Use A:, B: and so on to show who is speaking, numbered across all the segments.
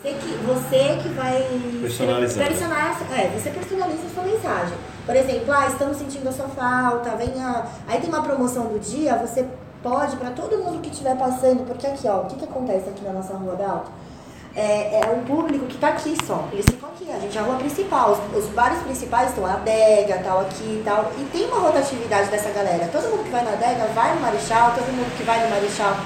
A: Você que, você que vai
B: Personalizar.
A: personalizar- é, você personaliza a sua mensagem. Por exemplo, ah, estamos sentindo a sua falta, venha. Aí tem uma promoção do dia, você pode, para todo mundo que estiver passando, porque aqui, ó, o que, que acontece aqui na nossa rua da Alto? É, é um público que tá aqui só. Eles ficam aqui, a gente é a rua principal. Os, os bares principais estão a adega, tal, aqui e tal. E tem uma rotatividade dessa galera. Todo mundo que vai na adega vai no Marechal, todo mundo que vai no Marechal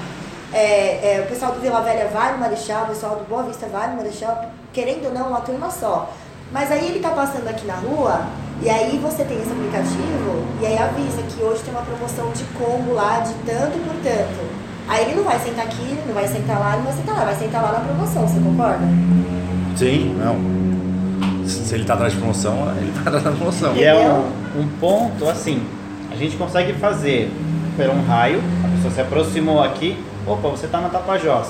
A: é, é, o pessoal do Vila Velha vai no Marechal, o pessoal do Boa Vista vai no Marechal, querendo ou não, uma turma só. Mas aí ele tá passando aqui na rua, e aí você tem esse aplicativo, e aí avisa que hoje tem uma promoção de combo lá de tanto por tanto. Aí ele não vai sentar aqui, não vai sentar lá, não vai sentar lá, vai sentar lá na promoção, você concorda?
C: Sim, não. Se se ele tá atrás de promoção, ele tá atrás da promoção.
B: E é um, um ponto assim, a gente consegue fazer por um raio, a pessoa se aproximou aqui, opa, você tá na Tapajós,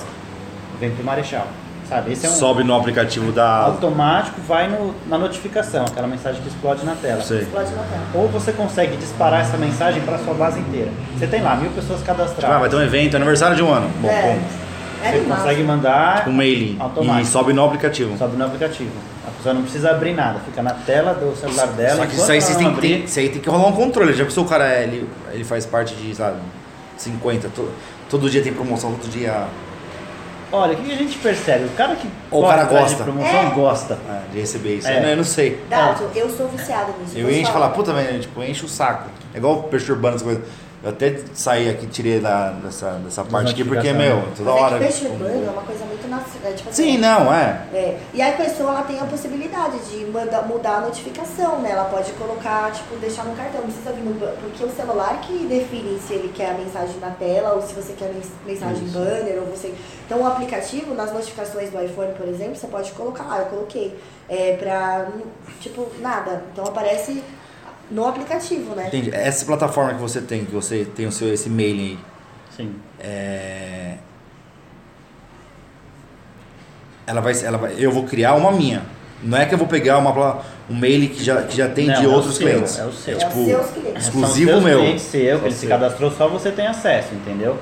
B: vem pro Marechal, sabe? Esse é um
C: Sobe no aplicativo da.
B: automático, vai no- na notificação, aquela mensagem que explode na tela.
C: Sei.
A: Explode na tela.
B: Ou você consegue disparar essa mensagem para sua base inteira. Você tem lá mil pessoas
C: Ah, vai
B: cadastradas.
C: ter um evento, aniversário de um ano. Bom,
A: é,
C: bom.
A: é
B: você
A: animal.
B: consegue mandar
C: Um mailing. E
B: Automático.
C: sobe no aplicativo.
B: sobe no aplicativo. A pessoa não precisa abrir nada, fica na tela do celular dela.
C: Só que
B: enquanto
C: isso aí,
B: ela
C: vocês
B: não
C: têm que ter-
B: abrir,
C: isso aí tem que rolar um controle. Já pensou o cara, é, ele, ele faz parte de, sabe, 50. to- todo dia tem promoção, todo dia
B: Olha, o que a gente percebe? O cara que
C: Ou o cara
B: atrás de
C: gosta.
B: promoção
A: É.
B: gosta.
C: é, de receber isso.
B: É.
C: Eu, não- eu não sei.
A: Dato, eu sou viciada nisso.
C: Ah. Eu
A: posso
C: encho e falar, puta, velho, tipo, enche o saco. É igual peixe urbano, essas coisas. Eu até saí aqui, tirei da, dessa, dessa parte aqui, porque,
B: notificações.
C: meu, toda
A: Mas é que
C: hora.
A: peixe urbano é uma coisa muito nacional. Tipo assim,
C: Sim, não, é.
A: É, e aí a pessoa ela tem a possibilidade de manda, mudar a notificação, né? Ela pode colocar, tipo, deixar no cartão, não precisa vir no ban- porque o celular que define se ele quer a mensagem na tela ou se você quer mens- mensagem banner ou você. Então o aplicativo, nas notificações do iPhone, por exemplo, você pode colocar, ah, eu coloquei, é, pra, tipo, nada. Então aparece no aplicativo, né?
C: Entendi. Essa plataforma que você tem, que você tem o seu, esse mailing
B: Sim.
C: aí, é... ela vai, ela vai, eu vou criar uma minha. Não é que eu vou pegar uma, pla- um mailing que já, que já tem
B: Não,
C: de
B: é o
C: outros
B: seu,
C: clientes.
B: é o seu.
A: É
C: tipo,
A: os seus clientes.
C: exclusivo
B: São seus
C: meu.
B: clientes, seu, que ele
C: Só
B: se
C: seu.
B: cadastrou, só você tem acesso, entendeu?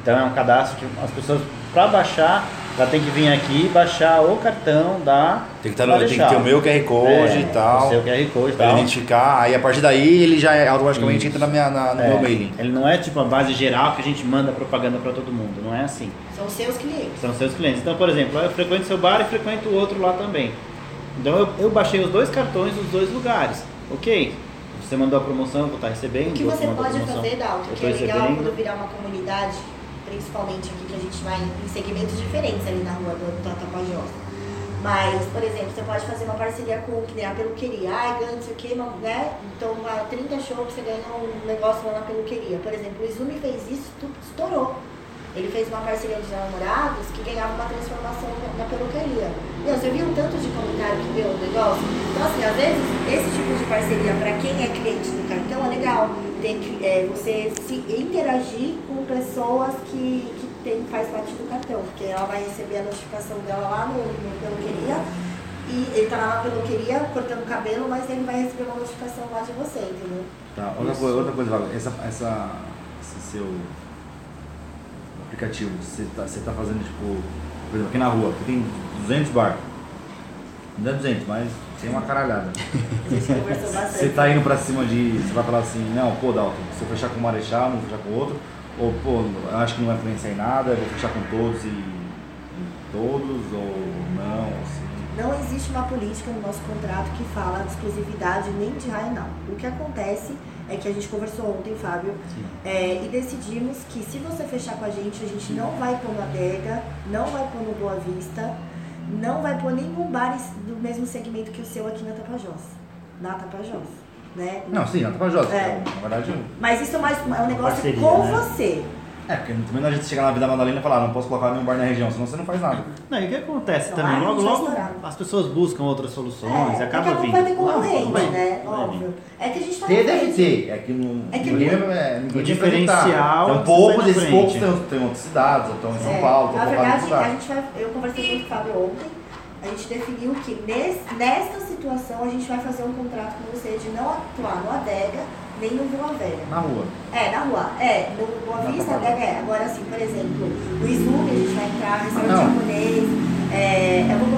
B: Então é um cadastro que as pessoas, para baixar, já tem que vir aqui e baixar o cartão da.
C: Tem que, tá
B: pra
C: no, tem que
B: deixar.
C: ter o meu QR Code
B: É,
C: e tal.
B: O seu QR Code e
C: Pra
B: tal.
C: identificar, aí a partir daí ele já é- automaticamente
B: Isso.
C: entra na minha, na- no
B: É,
C: meu mailing.
B: Ele não é tipo a base geral que a gente manda propaganda para todo mundo, não é assim.
A: São seus clientes.
B: São seus clientes. Então, por exemplo, eu frequento seu bar e frequento o outro lá também. Então eu, eu baixei os dois cartões dos dois lugares. Ok. Você mandou a promoção, eu vou estar recebendo.
A: O que
B: outro
A: você
B: mandou a
A: pode
B: promoção,
A: fazer, Dalton,
B: eu
A: que
B: estou
A: é legal
B: recebendo.
A: quando virar uma comunidade, principalmente aqui que a gente vai em segmentos diferentes ali na rua do, do Tapajós. Mas, por exemplo, você pode fazer uma parceria com que nem a peluqueria. Ah, ganha não sei o quê, mas, né? Então, a 30 shows você ganha um negócio lá na peluqueria. Por exemplo, o Izumi fez isso, tu- estourou. Ele fez uma parceria de namorados que ganhava uma transformação na, na peluqueria. Meu, você viu o tanto de comentário que deu o negócio? Então, assim, às vezes, esse tipo de parceria, para quem é cliente do cartão, é legal. Tem que, é, você se interagir com pessoas que, que tem, faz parte do cartão, porque ela vai receber a notificação dela lá no, no peluqueria. E ele tá lá na peluqueria cortando cabelo, mas ele vai receber uma notificação lá de você, entendeu?
C: Tá, outra,
B: Isso.
C: coisa, outra coisa, Wagner, essa, essa, esse seu aplicativo, você tá, você tá fazendo tipo, por exemplo, aqui na rua, aqui tem 200 bar, não é 200, mas tem uma caralhada.
A: A gente conversou bastante.
C: Você tá indo pra cima de, você vai falar assim, não, pô Dalton, se eu fechar com o Marechal, não vou fechar com o outro, ou pô, eu acho que não vai influenciar em nada, eu vou fechar com todos e e todos, ou não, assim.
A: Não existe uma política no nosso contrato que fala de exclusividade nem de raio, não. O que acontece é que a gente conversou ontem, Fábio, é, e decidimos que se você fechar com a gente, a gente não vai pôr na adega, não vai pôr no Boa Vista, não vai pôr nenhum bar do mesmo segmento que o seu aqui na Tapajós. Na Tapajós, né?
C: Não, sim, não tá pra Jota,
A: É.
C: na verdade eu...
A: Mas isso é, mais, é um negócio
B: parceria,
A: com
B: né?
A: você.
C: É, porque também não adianta chegar na Vida Madalena e falar, não posso colocar nenhum bar na região, senão você não faz nada.
B: Não, e o que acontece
A: Não,
B: também?
A: aí a
B: Logo,
A: Então, gente vai
B: logo
A: estourar.
B: as pessoas buscam outras soluções,
A: é, daqui
B: acaba
A: a pouco
B: vindo.
A: vai ter
B: Não,
A: concorrente,
B: vai
A: né?
B: vir, vai vir.
A: Óbvio. É que a gente tá
C: Ter
A: na
C: deve
A: frente.
C: ter, é que não.
A: É que
C: não
A: não-
C: lembro, é, ninguém
B: O
C: vai tentar.
B: diferencial
C: Então,
B: é
C: poucos,
B: que você
C: desses
B: sai na
C: poucos
B: frente.
C: estão, estão em outras cidades, ou estão em São
A: É,
C: Paulo,
A: Na
C: um estão colocados em
A: verdade, a
C: cidades.
A: gente vai, eu conversei muito com o Fábio ontem, a gente definiu que nes- nesta situação a gente vai fazer um contrato com você de não atuar no Adega nem no Vila Velha.
C: Na rua.
A: É, na rua. É, no Boa
C: Na
A: Vista,
C: Taquara.
A: Adega é. Agora, assim, por exemplo, o Izumi a gente vai entrar, restaurante
C: Não.
A: japonês, é, eu vou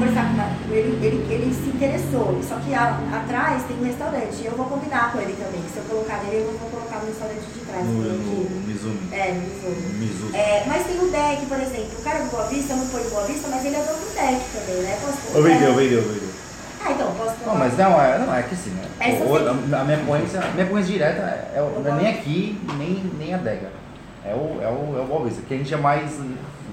A: ele, ele se interessou. Só que a- atrás tem um restaurante. Eu vou combinar com ele também. que Se eu colocar nele, eu vou colocar no restaurante Tá de trás.
C: No,
A: porque-
C: no Mizumi.
A: É, no Mizuno.
C: Mizu.
A: É, mas tem o deck, por exemplo. O cara do Boa Vista, eu não foi do Boa Vista, mas ele é dono do deck também, né? Posso
C: Eu vendi, eu vendi, eu vendi.
A: Ah, então, posso
C: Não, mas não, é, não, é que assim, né?
A: Essa
C: O-
A: sim.
C: a, a minha concorrência, a minha concorrência direta é, é o- não é nem aqui, nem, nem a Dega. É o, é o, é o Bob que a gente é mais.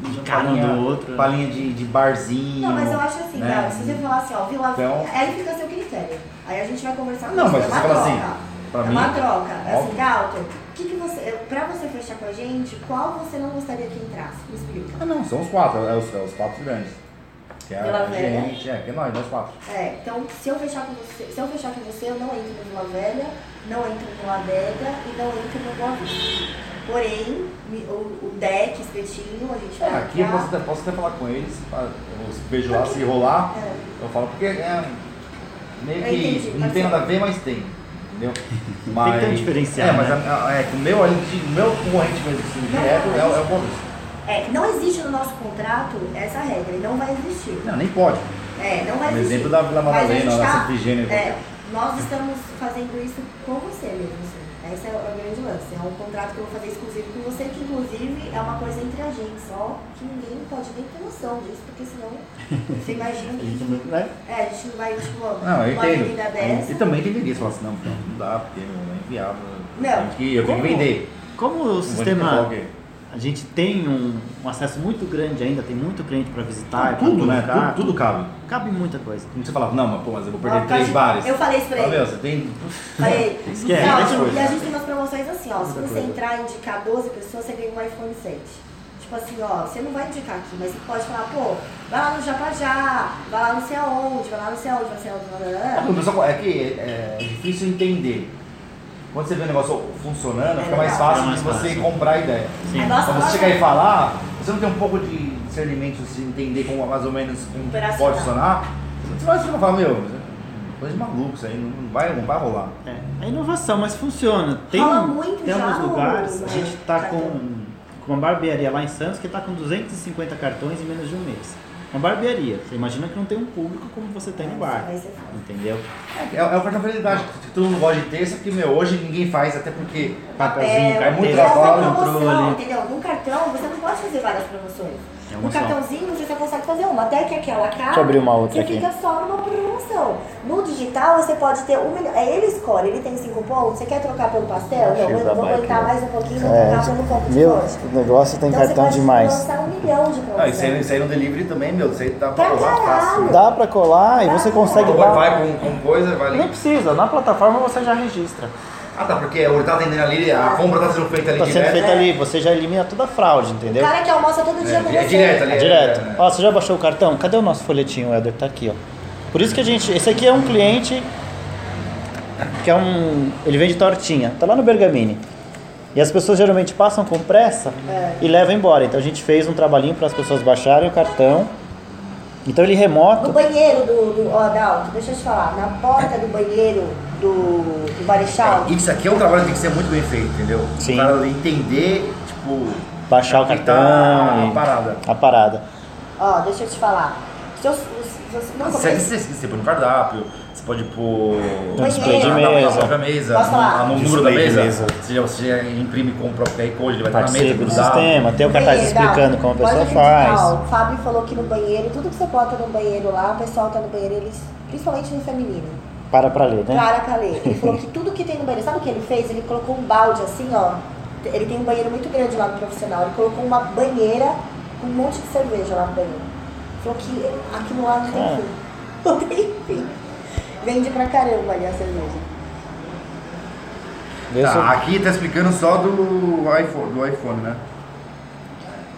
D: De cara um do outro, né?
C: Palinha de, de barzinho.
A: Não, mas eu acho assim,
C: né?
A: cara, se você falar assim, ó, Vila
C: Então-
A: aí fica a seu critério. Aí a gente vai conversar com
C: Não,
A: você,
C: mas
A: é
C: você
A: uma
C: fala assim,
A: troca.
C: pra
A: é
C: mim.
A: uma troca. É assim,
C: óbvio.
A: Dalton, que que você, pra você fechar com a gente, qual você não gostaria que entrasse? Me explica.
C: Ah, não, são os quatro, é os, é os quatro grandes. Que é
A: Vila
C: a
A: Velha.
C: gente, é, que é nós, nós quatro.
A: É, então se eu fechar com você, se eu fechar com você, eu não entro no Vila Velha, não entro no Adega e não entro no Boa Vista. Porém, me- o, o deck, espetinho, a gente vai
C: É, Aqui tá- eu
A: entrar.
C: posso até, posso até falar com eles, pra- os beijo lá, se rolar,
A: É.
C: eu falo, porque é meio
A: Eu
C: que
A: entendi,
C: não
A: pode
C: tem
A: ser.
C: nada a ver, mas tem. Entendeu?
D: Tem que ter um diferencial,
C: É, mas
D: né?
C: a- a- é que o meu, a gente, o meu concorrente mesmo, assim, direto é, o- é o Boris.
A: É, não existe no nosso contrato essa regra, e não vai existir.
C: Não, nem pode.
A: É, não vai
C: Um
A: existir.
C: exemplo da Vila
A: Mas a
C: Madalena,
A: gente
C: da Santa Ifigênia.
A: é, Nós estamos fazendo isso com você mesmo. assim. Esse é o grande lance. É um contrato que eu vou fazer exclusivo com você, que inclusive é uma coisa entre a gente, só que ninguém pode nem ter noção disso, porque senão você imagina
D: A gente
A: que.
D: não- né?
A: É, a gente não vai, tipo,
C: Não, eu
A: uma
C: entendo.
A: avenida dessa.
C: E também deveria falar assim, não, não, não dá, porque não é inviável.
A: Não.
C: Tem que, eu tenho que
D: Como?
C: vender.
D: Como o
C: Não vou
D: sistema.
C: tentar falar o quê?
D: A gente tem um, um acesso muito grande ainda, tem muito cliente para visitar, e pra
C: Tudo, né?
D: colocar,
C: Tudo, tudo cabe.
D: Cabe muita coisa.
C: Não precisa falar, não, mas pô, mas eu vou
A: Ó,
C: perder três
A: eu-
C: bares.
A: Eu falei isso pra
C: Ah,
A: ele.
C: meu, você tem.
A: Falei,
D: Esquece,
A: não,
D: muita
A: e
C: coisa.
A: a gente tem umas promoções assim, ó. Se
C: Muita
A: você
C: coisa.
A: entrar e indicar 12 pessoas, você ganha um iPhone 7. Tipo assim, ó, você não vai indicar aqui, mas você pode falar, pô, vai lá no Japajá, vai lá não sei aonde, vai lá não sei aonde, vai lá né?" não sei aonde, blá, blá, blá.
C: É, porque, pessoal, é que é difícil entender. Quando você vê o negócio funcionando,
A: É
C: fica mais
A: legal.
C: fácil
D: É mais
C: de você
D: fácil.
C: comprar a ideia.
D: Sim.
A: Aí, É nossa,
C: Quando
A: nossa,
C: você chegar e falar, você não tem um pouco de discernimento, se entender como mais ou menos como
A: Operacional.
C: pode funcionar, você vai chegar e falar, meu, coisa de maluco isso aí, não vai, não vai rolar.
D: É, é inovação, mas funciona. Tem, um,
A: Rola muito
D: tem
A: já
D: alguns
A: o-
D: lugares, a gente tá
A: cartão.
D: com, com uma barbearia lá em Santos que tá com 250 cartões em menos de um mês. Uma barbearia, você imagina que não tem um público como você tem no
A: Isso
D: bar.
A: vai ser foda.
D: Entendeu?
C: É, é o cartão de fidelidade, que todo mundo gosta de ter, só que, meu, hoje ninguém faz, até porque papelzinho cai muito
A: é
D: papel,
C: na
A: uma
C: cola.
A: promoção,
D: controle.
A: entendeu? Num cartão você não pode fazer várias promoções.
D: É
A: No
D: uma só.
A: cartãozinho você só consegue fazer uma, até que aquela cara.
B: Deixa eu abrir uma outra
A: você
B: aqui.
A: fica só numa promoção. No digital você pode ter um milhão. É, ele escolhe, ele tem cinco pontos, você quer trocar pelo pastel? Não,
B: Chega
A: eu vou
B: da bike,
A: aguentar
B: né?
A: mais um pouquinho, vou
B: É,
A: trocar pelo copo de
B: meu,
A: pote.
B: o negócio tem
A: Então você
B: cartão
A: pode
B: demais.
A: lançar um milhão de promoções.
C: Ah, isso aí, isso aí no delivery também, meu, isso aí dá pra
A: Pra
C: rolar fácil.
A: caralho.
B: Dá pra colar e você consegue
C: Agora
B: dar.
C: vai com, com coisa, vai
B: Nem
C: ali.
B: precisa, na plataforma você já registra.
C: Ah, tá, porque ele tá atendendo ali, a compra tá sendo feita ali
B: Tá sendo
C: direto.
B: feito ali, você já elimina toda a fraude,
A: O
B: entendeu?
A: cara que almoça todo dia
C: É,
A: com
C: é
A: você.
C: direto ali.
B: É direto.
C: É, é.
B: Ó, você já baixou o cartão? Cadê o nosso folhetinho, Helder? Tá aqui, ó. Por isso que a gente. Esse aqui é um cliente que é um. Ele vende tortinha. Tá lá no Bergamini. E as pessoas geralmente passam com pressa
A: É.
B: e levam embora. Então a gente fez um trabalhinho para as pessoas baixarem o cartão. Então ele
A: No
B: remoto.
A: banheiro do, do ó, Adalto, deixa eu te falar, na porta do banheiro do, do Marechal,
C: Isso aqui é um trabalho que tem que ser muito bem feito, entendeu?
B: Sim.
C: O cara entender, tipo,
B: Baixar o
C: que
B: cartão.
C: tá a
B: e-
C: parada.
B: A parada.
A: ó, deixa eu te falar. Se eu, se eu- se eu- não,
C: Você,
A: comece-
C: você, você põe no cardápio, você pode pôr.
A: Um display de
C: Ah,
B: mesa.
C: Na própria mesa,
A: Posso falar?
C: no, no número da
B: Display de
C: mesa.
B: mesa.
C: Você, já, você já imprime com o próprio QR Code, ele vai estar na mesa,
B: Participa do
C: cruzado.
B: sistema, tem o cartaz
A: Banheiro,
B: explicando
A: Adalto,
B: como a
A: pode
B: pessoa
A: acreditar,
B: faz.
A: ó, O Fábio falou que no banheiro, tudo que você bota no banheiro lá, o pessoal tá no banheiro, eles, principalmente no feminino.
B: Para pra ler, né?
A: Clara Calê. Ele falou que tudo que tem no banheiro, sabe o que ele fez? Ele colocou um balde assim, ó. Ele tem um banheiro muito grande lá no profissional. Ele colocou uma banheira com um monte de cerveja lá no banheiro. Falou que aquilo lá não tem
B: Ah.
A: fim. Não tem fim. Vende pra caramba ali a cerveja.
B: Eu sou-
C: Tá, aqui tá explicando só do iPhone, do iPhone né?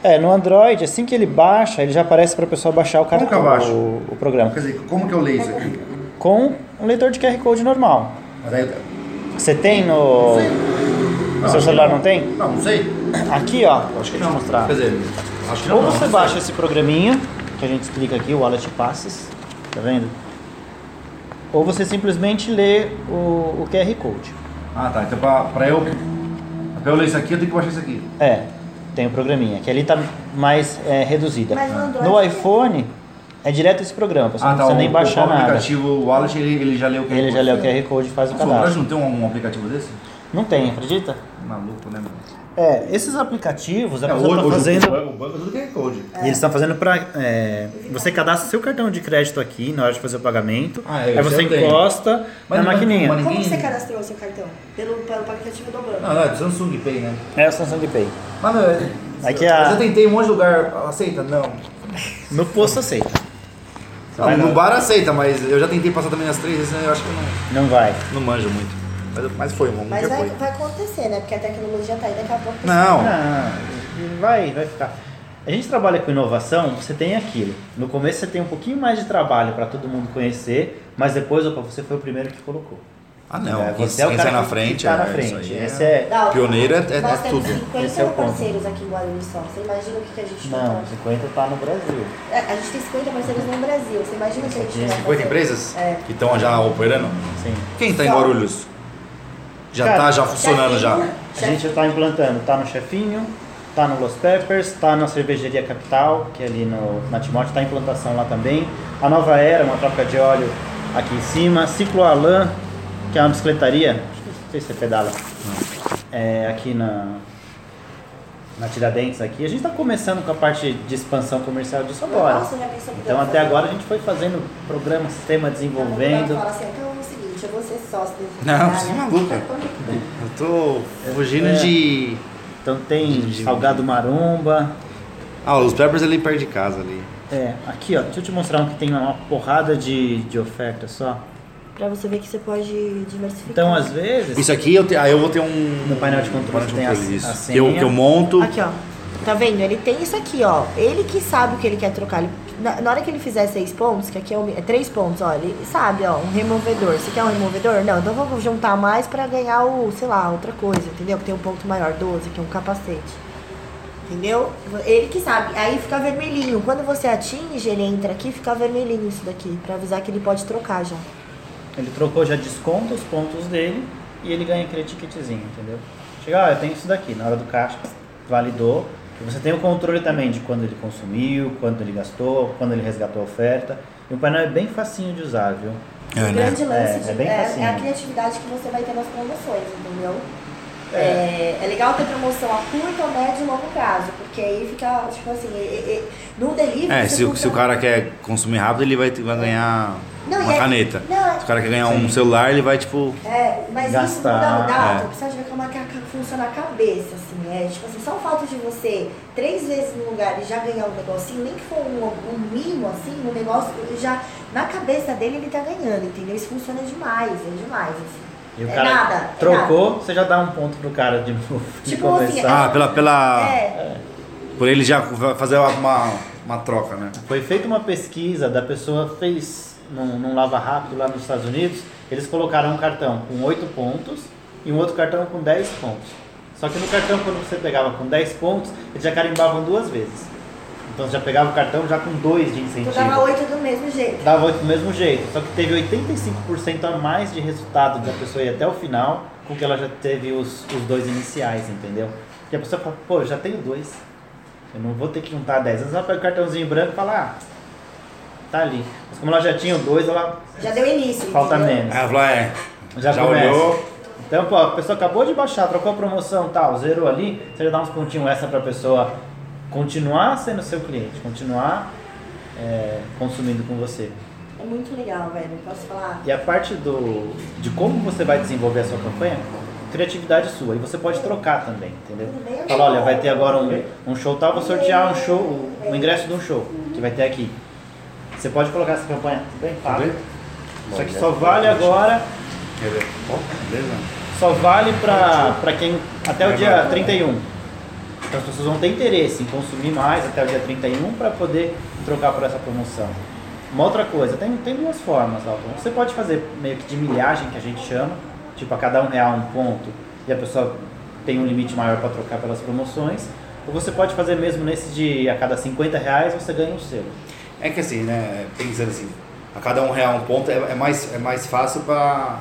B: É, no Android, assim que ele baixa, ele já aparece para a pessoa baixar o
C: Como que
B: cartão,
C: eu baixo?
B: o, o programa.
C: Quer dizer, como que eu leio isso aqui?
B: Com um leitor de QR Code normal.
C: Mas aí-
B: Você tem no.
C: Não,
B: No seu
C: acho
B: celular
C: que
B: não tem?
C: Não, não sei.
B: Aqui, ó.
C: Acho que
B: deixa eu
C: não.
B: te mostrar.
C: Quer dizer, acho que não.
B: Ou você
C: não.
B: baixa esse programinha, que a gente explica aqui, o Wallet Passes, tá vendo? Ou você simplesmente lê o, o QR Code.
C: Ah, tá. Então pra, pra eu. Pra eu ler isso aqui, eu tenho que baixar isso aqui.
B: É, tem o programinha, que ali tá mais é, reduzida.
A: Mas no Android
B: No
A: tem.
B: iPhone, É direto esse programa, pessoal.
C: Ah,
B: não
C: tá. O,
B: precisa nem baixar
C: o
B: nada.
C: aplicativo Wallet, ele, ele já leu o que
B: Ele já lê o QR Code e faz o
C: O Flowbrush
B: cadastro.
C: não tem um, um aplicativo desse?
B: Não tem, acredita?
C: Maluco, né, mano?
B: É, esses aplicativos, a
C: É,
B: pessoa tá
C: o
B: fazendo.
C: banco- o banco é tudo QR Code.
B: E Eles estão fazendo pra. é, você cadastra seu cartão de crédito aqui na hora de fazer o pagamento.
C: Ah, é,
B: aí
C: isso
B: você
C: eu tenho.
B: encosta
C: Mas
B: na
C: não- é
B: maquininha.
C: mas-
A: Como
C: Ninguém-
A: você cadastrou o seu cartão? Pelo, pelo aplicativo do banco.
C: Não, não, é do Samsung Pay, né?
B: É o Samsung Pay.
C: Mas não, é-
B: Aqui é a-
C: Mas eu tentei um monte de lugar, aceita? Não.
B: No posto aceita.
C: Não,
B: vai
C: no
B: lá.
C: bar aceita, mas eu já tentei passar também nas três vezes, né? eu acho que eu não,
B: Não vai.
C: não manjo muito. Mas, eu- mas foi, um
A: Mas
C: dia
A: vai,
C: foi.
A: vai acontecer, né? Porque a tecnologia tá aí daqui a pouco.
C: Não.
B: Ah, vai, vai ficar. A gente trabalha com inovação, você tem aquilo. No começo você tem um pouquinho mais de trabalho para todo mundo conhecer, mas depois, opa, você foi o primeiro que colocou.
C: Ah, não.
B: É,
C: quem-
B: você é o
C: quem
B: cara
C: sai na
B: que-
C: frente,
B: que tá na
C: é,
B: frente.
C: isso aí
B: Esse é-
A: Dá,
C: Pioneiro é, é,
A: Nós
C: é
A: temos
C: tudo.
A: 50
B: Esse é o ponto.
A: parceiros aqui em Guarulhos só. Você imagina o que, que a gente
B: Não,
A: tá-
B: 50 tá no Brasil.
A: É, A gente tem 50 parceiros no Brasil. Você imagina o que a gente
B: Tem
A: vai
C: 50
A: fazer?
C: empresas
A: É.
C: que estão já operando?
B: Sim.
C: Quem tá em
A: Só.
C: Guarulhos? Já
B: Cara,
C: tá já funcionando já.
B: A gente tá implantando, tá no Chefinho, tá no Los Peppers, tá na Cervejaria Capital, que é ali no, na Timóteo, tá em implantação lá também. A Nova Era, uma troca de óleo aqui em cima. Ciclo Alan, que é uma bicicletaria, acho que não sei se você pedala, é, aqui na, na Tiradentes aqui. A gente tá começando com a parte de expansão comercial disso agora.
A: Nossa, já pensou que
B: Então
A: deu
B: até
A: certo?
B: agora a gente foi fazendo programa, sistema,
A: Então,
B: desenvolvendo.
A: Fala assim, então é o seguinte, eu vou ser sócio desse
C: Não,
A: cara,
C: você é
A: né?
C: maluca. Eu tô fugindo de.
B: Então tem Salgado Maromba,
C: Ah, os Peppers ali perto de casa ali.
B: É, aqui ó, deixa eu te mostrar um que tem uma porrada de, de oferta só.
A: Pra você ver que você pode diversificar.
B: Então, às vezes.
C: Isso aqui eu, te, aí eu vou ter um.
B: No painel de controle
C: painel
B: tem a-
C: isso.
B: a
C: que, eu,
B: senha.
C: que eu monto.
A: Aqui, ó. Tá vendo? Ele tem isso aqui, ó. Ele que sabe o que ele quer trocar. Ele- na, na hora que ele fizer seis pontos, que aqui é, o, mi- é três pontos, ó. Ele sabe, ó. Um removedor. Você quer um removedor? Não, então vamos juntar mais pra ganhar o, sei lá, outra coisa, entendeu? Que tem um ponto maior, 12, que é um capacete. Entendeu? Ele que sabe. Aí fica vermelhinho. Quando você atinge, ele entra aqui fica vermelhinho isso daqui. Pra avisar que ele pode trocar já.
B: Ele trocou, já desconta os pontos dele e ele ganha aquele ticketzinho, entendeu? Chega, ó, eu tenho isso daqui, na hora do caixa, validou. E você tem o controle também de quando ele consumiu, quando ele gastou, quando ele resgatou a oferta. E o painel é bem facinho de usar, viu?
C: É,
A: O
C: né?
A: grande lance
B: É,
A: de-
B: é bem
A: é-
B: facinho.
A: é a criatividade que você vai ter nas promoções, entendeu? É, é legal ter promoção a curto, médio e longo prazo, porque aí fica, tipo assim, e- e- e- no delivery.
C: É,
A: você
C: se, o-
A: compra-
C: se o cara quer consumir rápido, ele vai, ter- vai ganhar
A: Não,
C: uma
A: e é-
C: caneta.
A: não, é-
C: Se o cara quer ganhar um celular, ele vai tipo.
A: É, mas isso
B: Gastar,
A: não dá um
C: é.
A: dado, precisa de ver como é que a- funciona a cabeça, assim. É tipo assim, só o fato de você três vezes no lugar e já ganhar um negocinho, nem que for um, um mimo, assim, um negócio, ele já. Na cabeça dele ele tá ganhando, entendeu? Isso funciona demais, é demais, assim.
B: E o
A: é
B: cara
A: nada, é nada.
B: trocou, você já dá um ponto pro cara de novo. De
A: Tipo assim,
B: conversar.
C: Ah, pela. pela
A: É,
C: Por ele já va- fazer uma, uma troca, né?
B: Foi feita uma pesquisa da pessoa fez num, num lava rápido lá nos Estados Unidos. Eles colocaram um cartão com 8 pontos e um outro cartão com 10 pontos. Só que no cartão, quando você pegava com 10 pontos, eles já carimbavam duas vezes. Então você já pegava o cartão já com 2 de
A: Tu
B: incentivo.
A: dava oito do mesmo jeito.
B: Dava 8 do mesmo jeito. Só que teve 85% a mais de resultado da pessoa ir até o final com que ela já teve os, os dois iniciais, entendeu? Porque a pessoa fala, pô, eu já tenho dois. Eu não vou ter que juntar 10. Às vezes ela pega o cartãozinho branco e fala, ah, tá ali. Mas como ela já tinha o dois, ela
A: Já deu início.
B: falta
A: entendeu?
B: menos.
C: Aí ela falou, é.
B: Já, começa.
C: olhou.
B: Então, pô, a pessoa acabou de baixar, trocou a promoção tal, zerou ali, você já dá uns pontinhos essa pra pessoa continuar sendo seu cliente, continuar é, consumindo com você.
A: É muito legal, velho. Posso falar?
B: E a parte do de como você vai desenvolver a sua campanha, criatividade sua. E você pode trocar também, entendeu? Fala, olha, vai ter agora um, um show tal, vou sortear um show, o ingresso de um show que vai ter aqui. Você pode colocar essa campanha bem
C: Tá?
B: fácil. Só que só vale agora,
C: Quer ver? Ó, beleza.
B: só vale pra, pra quem até o dia 31. Então as pessoas vão ter interesse em consumir mais até o dia 31 para poder trocar por essa promoção. Uma outra coisa, tem, tem duas formas, Alton. Você pode fazer meio que de milhagem, que a gente chama, tipo a cada um real um ponto e a pessoa tem um limite maior para trocar pelas promoções. Ou você pode fazer mesmo nesse de a cada 50 reais você ganha um selo.
C: É que assim, né? Pensando assim, a cada um real um ponto é, é mais, é mais fácil pra.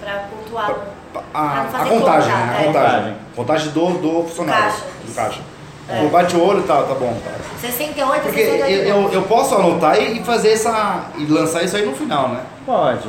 A: Pra pontuar.
C: pra-
A: Pra
C: A,
A: não
C: a
A: Ah, fazer
C: contagem,
A: conta,
C: né? A
A: é.
C: contagem. Contagem do, do funcionário.
A: Caixa. É.
C: Do caixa.
E: Não Bate o olho e tá, tá bom. Tá.
A: 68,
C: Porque
A: 68.
C: eu, eu, eu posso anotar e e fazer essa. e lançar isso aí no final, né?
B: Pode.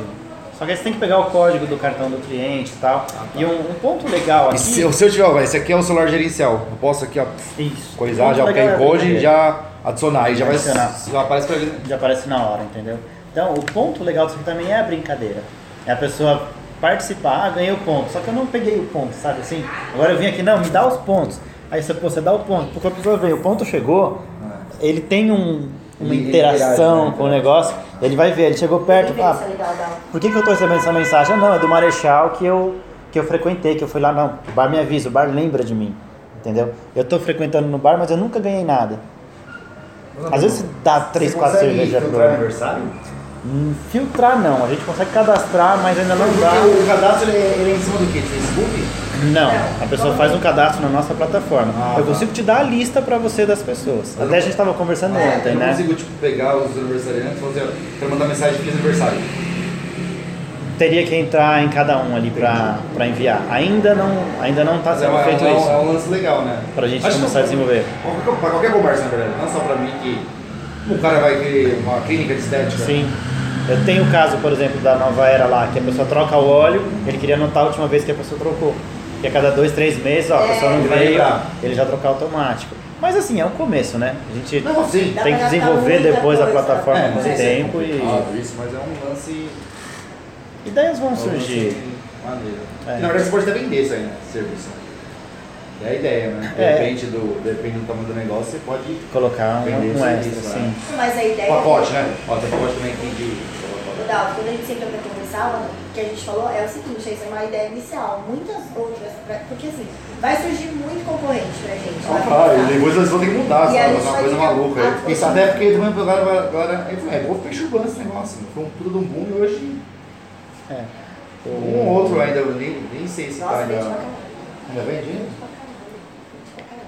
B: Só que aí você tem que pegar o código do cartão do cliente e tal. E um, um ponto legal
C: E
B: aqui.
C: se, eu- se eu tiver, ó, esse aqui é o celular gerencial. Eu posso aqui, ó,
B: Isso.
C: coisar
B: Ponto
C: já o
B: legal é
C: QR Code
B: você
C: e já adicionar. Aí já vai.
B: Adicionar.
C: Já aparece pra ele.
B: já aparece na hora, entendeu? Então, o ponto legal disso aqui também é a brincadeira. É a pessoa participar, ah, ganhei o ponto. Só que eu não peguei o ponto, sabe assim? Agora eu vim aqui, não, me dá os pontos. Aí você, pô, você dá o ponto. Porque a pessoa vem, o ponto chegou, ele tem um- uma
C: É. Ele
B: interação
C: interage, né?
B: com o negócio, ele vai ver, ele chegou perto,
A: Vê se é
B: ah,
A: legal, Dal.
B: por que, que eu tô recebendo essa mensagem? Ah, Não, é do Marechal que eu, que eu frequentei, que eu fui lá, não. O bar me avisa, o bar lembra de mim. Entendeu? Eu tô frequentando no bar, mas eu nunca ganhei nada. Às vezes dá 3, 4 cervejas pro
F: Filtrar aniversário?
B: Hum, Filtrar não, a gente consegue cadastrar, mas ainda não dá.
F: Porque o cadastro ele é, ele é em cima do quê? Do Facebook?
B: Não, a pessoa faz um cadastro na nossa plataforma.
F: Ah,
B: Eu
F: tá.
B: consigo te dar a lista pra você das pessoas.
C: Mas
B: Até
C: eu-
B: a gente tava conversando
C: É,
B: ontem,
C: eu não
B: né?
C: consigo tipo, pegar os aniversariantes e falar assim, ó, quero mandar mensagem feliz aniversário.
B: Teria que entrar em cada um ali pra, pra enviar. Ainda não, ainda não tá
C: Mas é,
B: sendo
C: uma-
B: feito
C: é um, é
B: isso.
C: um lance legal, né?
B: Pra gente
C: Acho que
B: começar a desenvolver.
C: Pra pra qualquer comércio, na verdade. Não só pra mim que o cara vai querer uma clínica de estética.
B: Sim. Eu tenho o caso, por exemplo, da nova era lá, que a pessoa troca o óleo, ele queria anotar a última vez que a pessoa trocou. Que a cada dois, três meses, ó, a
A: É.
B: pessoa não
C: Ele vai
B: veio,
C: lembrar.
B: ele já trocar automático. Mas assim, é um começo, né? A gente
C: Não, sim.
A: Dá
B: tem que
A: pra gastar
B: desenvolver
A: muita
B: depois a
A: coisa.
B: plataforma
C: É,
B: com
C: mas
B: o
C: isso é
B: tempo e
C: complicado Isso, mas é um lance.
B: ideias vão
C: é um lance
B: surgir.
C: Maneiro.
B: É.
C: Na verdade, você pode até vender isso aí, né? esse Serviço. É a ideia, né?
B: É.
C: Depende do, depende do tamanho do negócio, você pode.
B: Colocar
C: Vender
B: um, um extra,
C: serviço,
B: assim.
C: né?
A: Mas a ideia.
C: Pacote, né? Ó, tem pacote também aqui
A: O
C: de.
A: Dal, quando a gente sentou pra conversar, Ana, o que a gente falou é o seguinte, essa é uma ideia inicial. Muitas outras, pra- porque assim, vai surgir muito concorrente pra gente. vai
C: Ah, e
A: começar.
C: depois eles vão ter que mudar,
A: E
C: sabe?
A: a
C: É
A: gente
C: uma
A: vai
C: coisa
A: ter que-
C: maluca.
A: Ah,
C: Aí. Isso
A: sim.
C: até porque também a galera, vai- a galera eu falei, é, vou fechar esse negócio. Foi um puta de um boom e hoje
B: É.
C: um ou outro ainda, eu nem, nem sei se tá
A: Nossa, gente,
C: ainda.
A: bacana.
C: Ainda vende?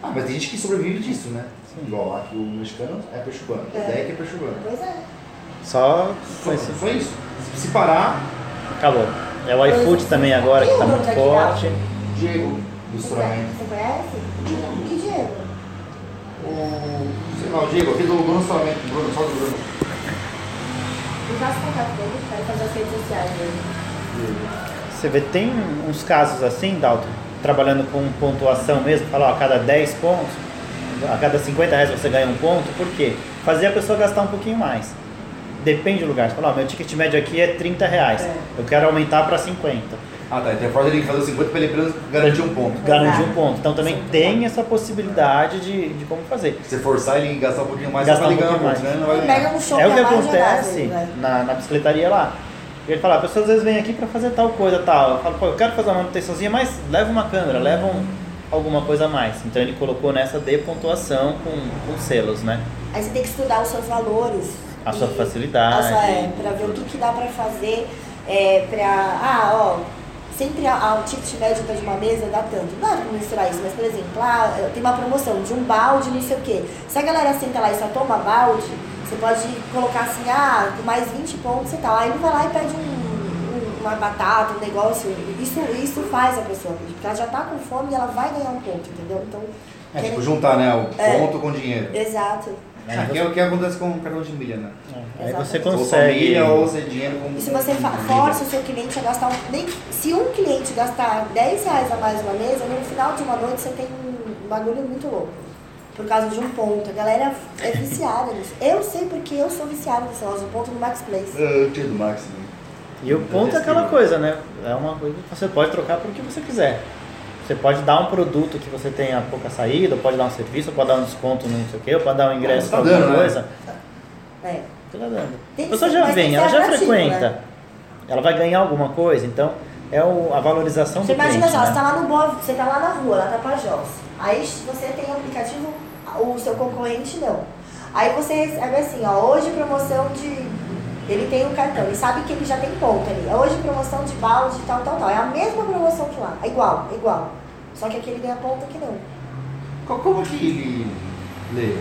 C: Ah, mas tem gente que sobrevive disso, né? Igual aqui o mexicano é peixubano, o
A: É.
C: deck é peixubano.
A: Pois é.
B: Só
C: Foi,
B: foi isso.
C: foi isso. Se parar,
B: Acabou. É o
A: Pois
B: iFood
A: é.
B: também agora, que
A: Quem
B: tá
A: é o
B: muito
A: dono da
B: forte.
C: Diego, do
A: Você
C: estranhamento.
A: conhece? Que Diego?
C: O. Sei lá, o Diego, aqui do Bruno Estranhamento, Bruno, só do Bruno.
A: Eu faço contato dele, quero fazer as redes sociais dele.
B: Você vê, tem uns casos assim, Dalton, trabalhando com pontuação mesmo, falar ó, a cada 10 pontos, a cada 50 reais você ganha um ponto, por quê? Fazer a pessoa gastar um pouquinho mais. Depende do lugar. Você fala, ó, meu ticket médio aqui é 30 reais, eu quero aumentar para 50.
C: Ah tá, então a Ford tem que fazer o 50 pra ele pelo menos garantir um ponto.
B: Garantir um
A: Exato.
B: ponto. Então também
A: Tá. Sim.
B: tem essa possibilidade de, de como fazer.
C: Se você forçar ele a gastar um pouquinho mais,
B: Gastar
C: só pra
B: um
C: ele ganhar um
B: pouquinho
C: ponto, né?
B: mais.
C: Não vai ganhar.
A: Pega um show
B: É o
A: pra
B: que
A: lá e já dá,
B: acontece
A: né?
B: na, na bicicletaria lá. Ele fala, a pessoa às vezes vem aqui para fazer tal coisa, tal. Eu falo, pô, eu quero fazer uma manutençãozinha, mas leva uma câmera, leva um- alguma coisa a mais. Então ele colocou nessa de pontuação com, com selos, né?
A: Aí você tem que estudar os seus valores.
B: A sua
A: E-
B: facilidade.
A: a sua- é, pra ver o que, que dá pra fazer. É, pra. Ah, ó. Sempre a, a, o ticket médio pra de uma mesa dá tanto. Não dá pra misturar isso, mas por exemplo, lá eh, tem uma promoção de um balde, não sei o quê. Se a galera senta lá e só toma balde, você pode colocar assim, ah, com mais 20 pontos e tal. Aí ele vai lá e pede um- um- uma batata, um negócio. Isso, isso faz a pessoa, pedir, porque ela já tá com fome e ela vai ganhar um ponto, entendeu? Então.
C: É
A: quer-
C: tipo juntar, né? O
A: É.
C: ponto com o dinheiro.
A: Exato.
C: Ah, que é o que acontece com o cartão de milha, né?
B: Aí você
A: Exatamente.
C: Ou só
B: consegue.
C: milha ou sem dinheiro com.
A: E se você fa- força o seu cliente a gastar, um- nem, se um cliente gastar 10 reais a mais uma mesa, no final de uma noite você tem um bagulho muito louco. Por causa de um ponto. A galera é viciada nisso. Eu sei porque eu sou viciada nesse negócio de ponto no Max Place.
C: Eu tiro do Max, né?
B: E o ponto é aquela coisa, né? É uma coisa que você pode trocar por o que você quiser. Você pode dar um produto que você tenha pouca saída, ou pode dar um serviço, ou pode dar um desconto no não sei o quê, ou pode dar um ingresso pra
C: tá
B: alguma
C: dando, né?
B: coisa.
A: É.
B: Tá dando.
A: Tem
B: a
A: que
B: pessoa
A: ser-
B: já
A: mas tem
B: vem,
A: que
B: ela
A: ser
B: já
A: atrativo,
B: frequenta.
A: né?
B: Ela vai ganhar alguma coisa, então é o- a valorização
A: Você
B: do
A: imagina
B: cliente.
A: só, você
B: né?
A: tá lá no Bob, você tá lá na rua, lá na Tapajós. Aí você tem o aplicativo, o seu concorrente não. Aí você recebe assim, ó, hoje promoção de. Ele tem um cartão e sabe que ele já tem ponto ali. Hoje promoção de balde, tal, tal, tal. É a mesma promoção que lá. É igual, é igual. Só que aqui ele ganha ponto aqui não.
C: Co- Como que ele lê?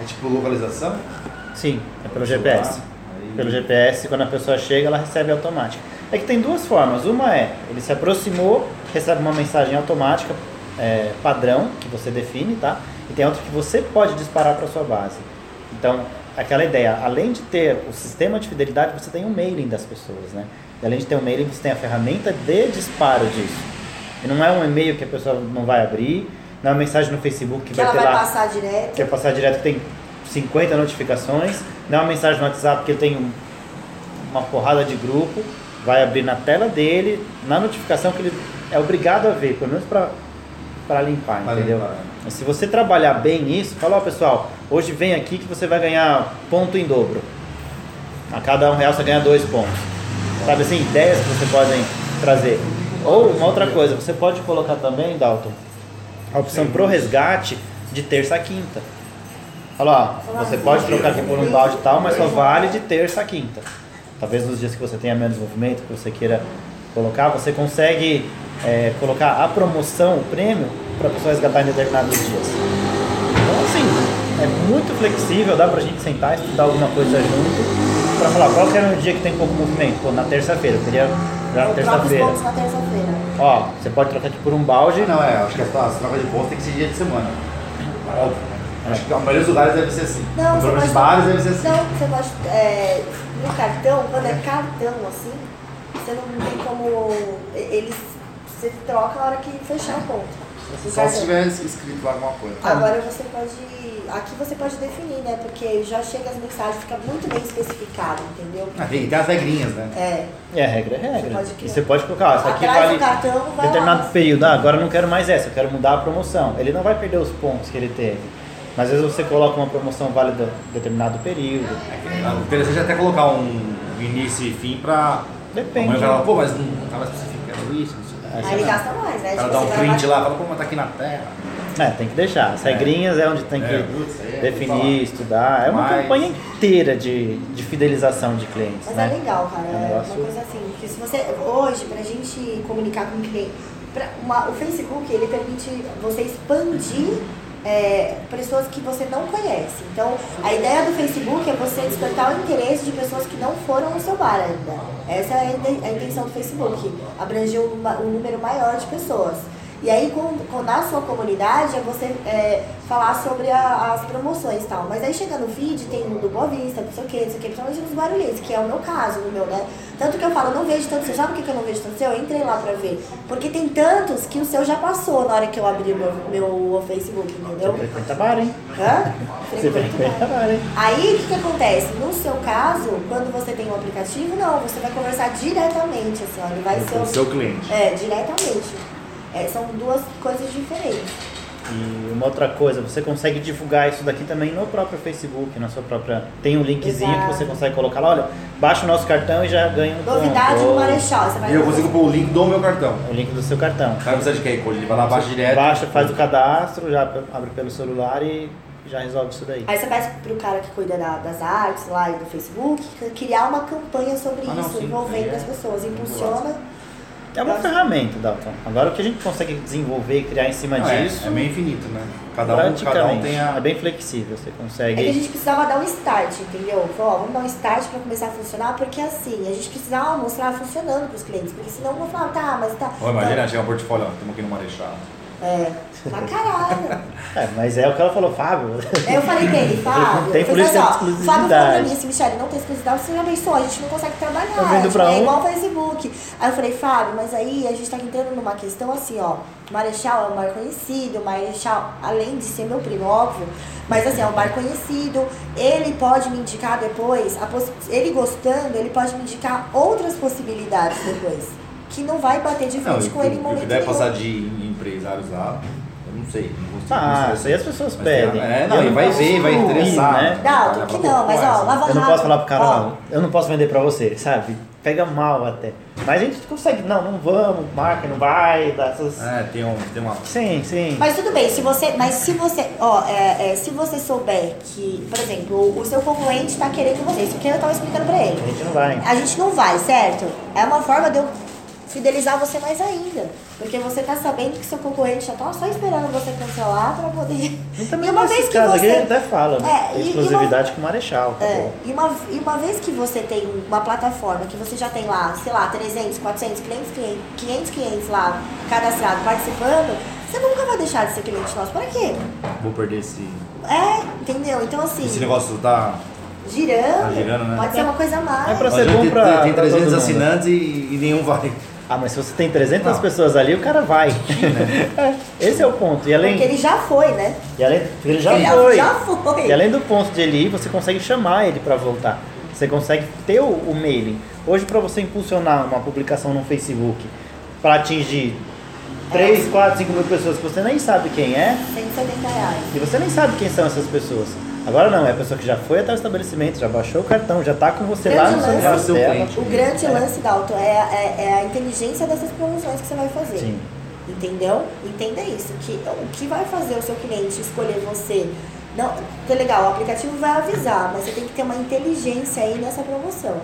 C: É tipo localização?
A: tá-
B: Sim, é pelo
C: Celular?
B: GPS.
C: Aí-
B: Pelo GPS, quando a pessoa chega, ela recebe automática. É que tem duas formas. Uma é, ele se aproximou, recebe uma mensagem automática, é, padrão, que você define, tá? e tem outro que você pode disparar para sua base. Então, aquela ideia, além de ter o sistema de fidelidade, você tem o mailing das pessoas, né? E além de ter o mailing, você tem a ferramenta de disparo disso. E não é um e-mail que a pessoa não vai abrir, não é uma mensagem no Facebook que,
A: Que
B: vai
A: ela
B: ter
A: vai
B: lá
A: passar direto.
B: quer passar direto que tem 50 notificações, não é uma mensagem no WhatsApp que tem um- uma porrada de grupo, vai abrir na tela dele, na notificação que ele é obrigado a ver, pelo menos para limpar,
C: Pra
B: entendeu?
C: limpar,
B: Mas se você trabalhar bem isso, fala, ó pessoal, hoje vem aqui que você vai ganhar ponto em dobro. A cada um real você ganha dois pontos. Sabe assim, ideias que você podem trazer. Ou uma outra coisa, você pode colocar também, Dalton, a opção pro resgate de terça a quinta. Fala, ó, você pode trocar aqui por um balde e tal, mas só vale de terça a quinta. Talvez nos dias que você tenha menos movimento, que você queira colocar, você consegue é, colocar a promoção, o prêmio, para a pessoa resgatar em determinados dias. Então, assim, é muito flexível, dá pra gente sentar, estudar alguma coisa junto, pra falar qual que era um dia que tem pouco movimento. Pô, na terça-feira, eu queria já na
A: Eu troco os
B: terça-feira.
A: pontos na terça-feira.
B: Ó, você pode trocar aqui por um balde.
G: Não, é, acho que as, as trocas de pontos tem que ser dia de semana.
B: É.
G: Óbvio. né? Acho que a maioria dos lugares deve ser assim.
A: Não,
G: Pelo
A: você
G: menos
A: pode.
G: bares deve ser assim.
A: Não, você pode. é, no cartão, quando é cartão assim, você não tem como. e- Eles. Você troca a hora que fechar o ponto. No
G: Só
A: cartão.
G: se tiver escrito lá alguma coisa.
A: Agora você pode. Aqui você pode definir, né? Porque já chega as mensagens, fica muito bem especificado, entendeu?
C: É.
G: Ah, tem, tem as regrinhas, né?
A: É.
B: E a regra é regra.
A: Você pode
B: e você pode colocar, ó, essa aqui
A: Atrás
B: vale
A: do cartão vai
B: determinado
A: lá.
B: período. Ah, agora eu não quero mais essa, eu quero mudar a promoção. Ele não vai perder os pontos que ele teve. Mas às vezes você coloca uma promoção válida em determinado período.
C: Ah, O interessante é até colocar um início e fim pra.
B: Depende. É.
C: A mãe vai falar, pô, mas não tá tava especificando isso, não sei o
B: Aí
A: Aí ele
B: você-
A: gasta mais, né?
C: Ela
A: Tipo,
C: dá
A: você
C: um
A: vai
C: print
A: baixar-
C: lá, fala, pô, mas tá aqui na terra.
B: É, tem que deixar. As regrinhas é onde tem
C: É,
B: que
G: putz, é,
B: definir, estudar. É uma
C: Mas-
B: campanha inteira de, de fidelização de clientes,
A: Mas é
B: né?
A: legal, cara.
B: É um
A: É
B: negócio-
A: uma coisa assim, que se você. Hoje, pra gente comunicar com o cliente. pra- uma- o Facebook, ele permite você expandir é, pessoas que você não conhece. Então, a ideia do Facebook é você despertar o interesse de pessoas que não foram ao seu bar ainda. Essa é a inten- a intenção do Facebook, abranger um, ma- um número maior de pessoas. E aí, com, com- na sua comunidade, é você é, falar sobre a- as promoções e tal. Mas aí chega no feed, tem do Boa Vista, não sei o que, não sei o que, principalmente nos barulhenses, que é o meu caso, no meu, né? Tanto que eu falo, não vejo tanto seu. Sabe por que que eu não vejo tanto seu? Eu entrei lá pra ver. Porque tem tantos que o seu já passou na hora que eu abri meu, meu Facebook, entendeu?
B: Você frequenta bar, hein?
A: Hã?
B: Você frequenta bar, hein?
A: Aí o que, que acontece? No seu caso, quando você tem um aplicativo, não, você vai conversar diretamente, assim, ó, ele vai ser.
C: Com o seu cliente.
A: É, diretamente. É, são duas coisas diferentes.
B: E uma outra coisa, você consegue divulgar isso daqui também no próprio Facebook, na sua própria. Tem um linkzinho
A: Exato.
B: que você consegue colocar lá, olha, baixa o nosso cartão e já ganha um
A: Novidade
B: ponto.
A: no Marechal, você É, vai
C: Tá
A: um
C: E eu consigo pôr o link do meu cartão.
B: O link do seu cartão.
C: O cara precisa de QR Code, ele vai lá, baixa direto.
B: Baixa, faz o cadastro, já abre pelo celular e já resolve isso daí.
A: Aí você pede pro cara que cuida da- das artes lá e do Facebook c- criar uma campanha sobre
C: Ah, não,
A: isso,
C: sim,
A: envolvendo
C: é.
A: as pessoas, impulsiona.
B: É uma ferramenta, Dalton. Agora o que a gente consegue desenvolver e criar em cima
C: Não, é,
B: disso.
C: é meio infinito, né? Cada um, cada um
B: Praticamente.
C: tem a.
B: É bem flexível, você
A: É que a
B: consegue.
A: gente precisava dar um start, entendeu? Falou, ó, vamos dar um start pra começar a funcionar, porque assim, a gente precisava mostrar funcionando pros clientes, porque senão vão falar, tá, mas tá.
C: Ó, imagina, chega um portfólio, ó, estamos aqui no Marechal.
A: É, pra caralho.
B: É, mas é o que ela falou, Fábio.
A: Aí eu falei dele, Fábio.
B: Tem
A: eu
B: por
A: falei,
B: isso
A: ó,
B: que tem
A: Fábio falou pra mim
B: exclusividade.
A: assim, Michele, não tem exclusividade, você já pensou, a gente não consegue trabalhar.
B: Tá vendo
A: tipo,
B: pra
A: é
B: onde?
A: igual o Facebook. Aí eu falei, Fábio, mas aí a gente tá entrando numa questão assim, ó. Marechal é um bar conhecido, Marechal, além de ser meu primo, óbvio, mas assim, é um bar conhecido. Ele pode me indicar depois, a poss- ele gostando, ele pode me indicar outras possibilidades depois. Que não vai bater de
C: Não,
A: frente
C: e
A: com ele em
C: o que
A: momento
C: puder
A: nenhum.
C: passar de empresários lá, eu não sei. Não consigo,
B: Ah,
C: não
B: isso
C: sei.
B: aí as pessoas
C: Mas tem-
B: pedem.
C: É, não,
B: Eu
C: ele vai
B: posso
C: ver, vai
B: excluir,
C: interessar.
B: né?
A: Não,
C: Vai
A: tem que
C: falar,
A: não,
C: pô,
A: mas
C: qual é
A: ó,
C: essa?
A: lava
B: Eu não
A: rápido,
B: posso falar pro cara,
A: ó.
B: não, eu não posso vender pra você, sabe? Pega mal até. Mas a gente consegue, não, não vamos, marca, não vai, dá essas...
C: É, tem, um, tem uma.
B: Sim, sim.
A: Mas tudo bem, se você, mas se você, ó, é, é, se você souber que, por exemplo, o, o seu concorrente tá querendo você, isso que eu tava explicando pra
B: A
A: ele.
B: gente não vai.
A: A gente não vai, certo? É uma É forma de eu fidelizar você mais ainda. Porque você tá sabendo que seu concorrente já tá só esperando você cancelar para poder.
B: E também nesses Então, casos aqui a gente até fala, né?
A: É, e- e
B: Exclusividade com o Marechal, tá
A: É,
B: bom.
A: e uma, e uma vez que você tem uma plataforma que você já tem lá, sei lá, 300, 400, 500 clientes, 500 clientes lá cadastrados, participando, você nunca vai deixar de ser cliente nosso. Para quê?
C: Vou perder esse,
A: É, entendeu? Então, assim,
C: esse negócio tá.
A: girando,
C: Tá girando, né?
A: pode ser uma coisa a mais.
B: É pra
C: A
B: ser
C: gente
B: bom
C: tem-
B: pra.
C: Tem
B: pra
C: 300
B: todo mundo.
C: assinantes e, e nenhum vai.
B: Ah, mas se você tem 300
C: Não.
B: pessoas ali, o cara vai. Esse é o ponto. E além,
A: Porque ele já foi, né?
B: e além ele já
A: ele
B: foi.
A: já foi.
B: E além do ponto de ele ir, você consegue chamar ele pra voltar. Você consegue ter o, o mailing. Hoje, pra você impulsionar uma publicação no Facebook pra atingir 3, 4, 5 mil pessoas que você nem sabe quem é,
A: 170 reais.
B: e você nem sabe quem são essas pessoas. Agora não, é a pessoa que já foi até o estabelecimento, já baixou o cartão, já tá com você lá
A: Grande
B: no seu,
A: lance.
B: na
C: Seu
B: tela.
C: cliente.
A: O grande lance, Dalton, é, é, é a inteligência dessas promoções que você vai fazer.
B: Sim.
A: Entendeu? Entenda isso. Que, é o que vai fazer o seu cliente escolher você? Não, que legal, o aplicativo vai avisar, mas você tem que ter uma inteligência aí nessa promoção.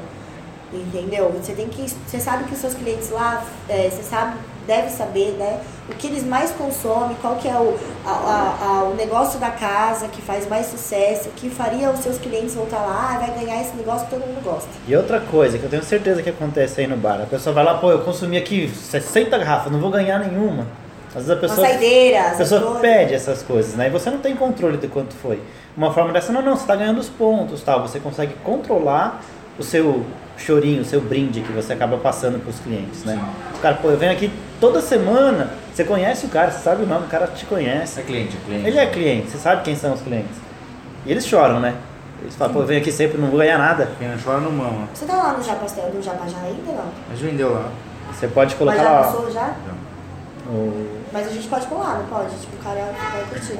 A: Entendeu? Você tem que. Você sabe que os seus clientes lá, é, você sabe, deve saber, né? O que eles mais consomem, qual que é o, a- a- a- o negócio da casa que faz mais sucesso, que faria os seus clientes voltar lá, "Ah, vai ganhar esse negócio que todo mundo gosta.
B: E outra coisa que eu tenho certeza que acontece aí no bar, a pessoa vai lá, pô, eu consumi aqui 60 garrafas, não vou ganhar nenhuma. Às vezes a
A: Uma
B: pessoa
A: saideira,
B: A pessoa
A: azeitona.
B: pede essas coisas, né? E você não tem controle de quanto foi. Uma forma dessa, não, não, você está ganhando os pontos, tal. Você consegue controlar o seu chorinho, o seu brinde que você acaba passando para os clientes, né? O cara, pô, eu venho aqui toda semana, você conhece o cara, você sabe o nome, o cara te conhece.
G: É cliente, é cliente.
B: Ele é cliente, você sabe quem são os clientes. E eles choram, né? Eles falam, pô, eu venho aqui sempre, não vou ganhar nada.
C: Quem não chora não mama.
A: Você tá lá no Japastel do Japajá ainda, não?
C: Mas vendeu lá.
B: Você pode colocar
A: Mas já
B: lá
A: passou já?
B: o...
A: Mas a gente pode colar, não pode? Tipo, o cara vai curtir.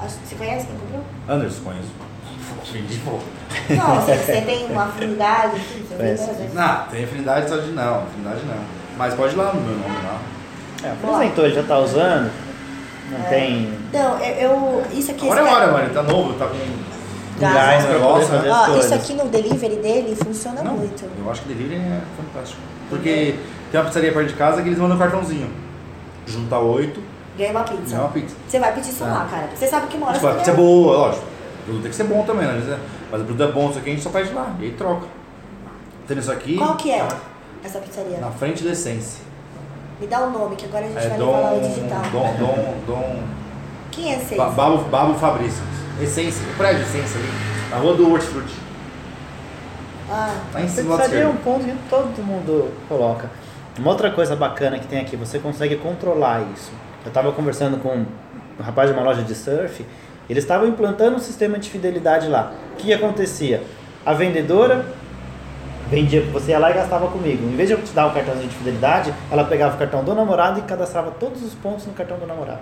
A: Acho- Você conhece quem comprou?
C: Anderson conheço.
G: Vendi pouco.
A: Não, assim, você tem uma afinidade, enfim, você né?
B: Conhece.
A: entendeu?
C: Não, Ah, tem afinidade só de não, afinidade não. Mas pode ir lá no meu nome lá.
B: É, apresentou, ele já tá usando, não tem
A: Não, Então, eu, eu- Isso aqui.
C: Agora é
A: esse
C: hora,
A: cara-
C: mano, tá novo, tá com.
A: Gás.
B: gás pra poder
C: Nossa,
B: fazer as
A: Ó, isso
B: coisas.
A: aqui no delivery dele funciona
C: Não,
A: muito.
C: eu acho que delivery é fantástico. Porque tem uma pizzaria perto de casa que eles mandam um cartãozinho. Junta oito,
A: Ganha uma
C: é
A: pizza.
C: uma pizza.
A: Você vai pedir isso
C: Tá.
A: lá, cara. Você sabe que uma hora
C: Tipo, a
A: você
C: pizza é
A: ganha.
C: boa, lógico. O produto tem que ser bom também, né? Às vezes, é- Mas o produto é bom, isso aqui a gente só pede lá, e aí troca. Tendo isso aqui. tá
A: Qual que é essa pizzaria?
C: Na frente do Essence.
A: Me dá o nome, que agora a gente
C: É
A: vai
C: Dom.
A: levar lá o digital.
C: Dom. Dom. Dom.
A: Quem é esse?
C: Ba- Babo, Babo Fabrício. Essência, o prédio Essência ali. Na rua do Hortifruti.
A: Ah,
C: Lá em cima do
B: Pizzaria é um
C: esquerdo.
B: ponto que todo mundo coloca. Uma outra coisa bacana que tem aqui, você consegue controlar isso. Eu estava conversando com um rapaz de uma loja de surf, eles estavam implantando um sistema de fidelidade lá. O que acontecia? A vendedora vendia, você ia lá e gastava comigo. Em vez de eu te dar o cartãozinho de fidelidade, ela pegava o cartão do namorado e cadastrava todos os pontos no cartão do namorado.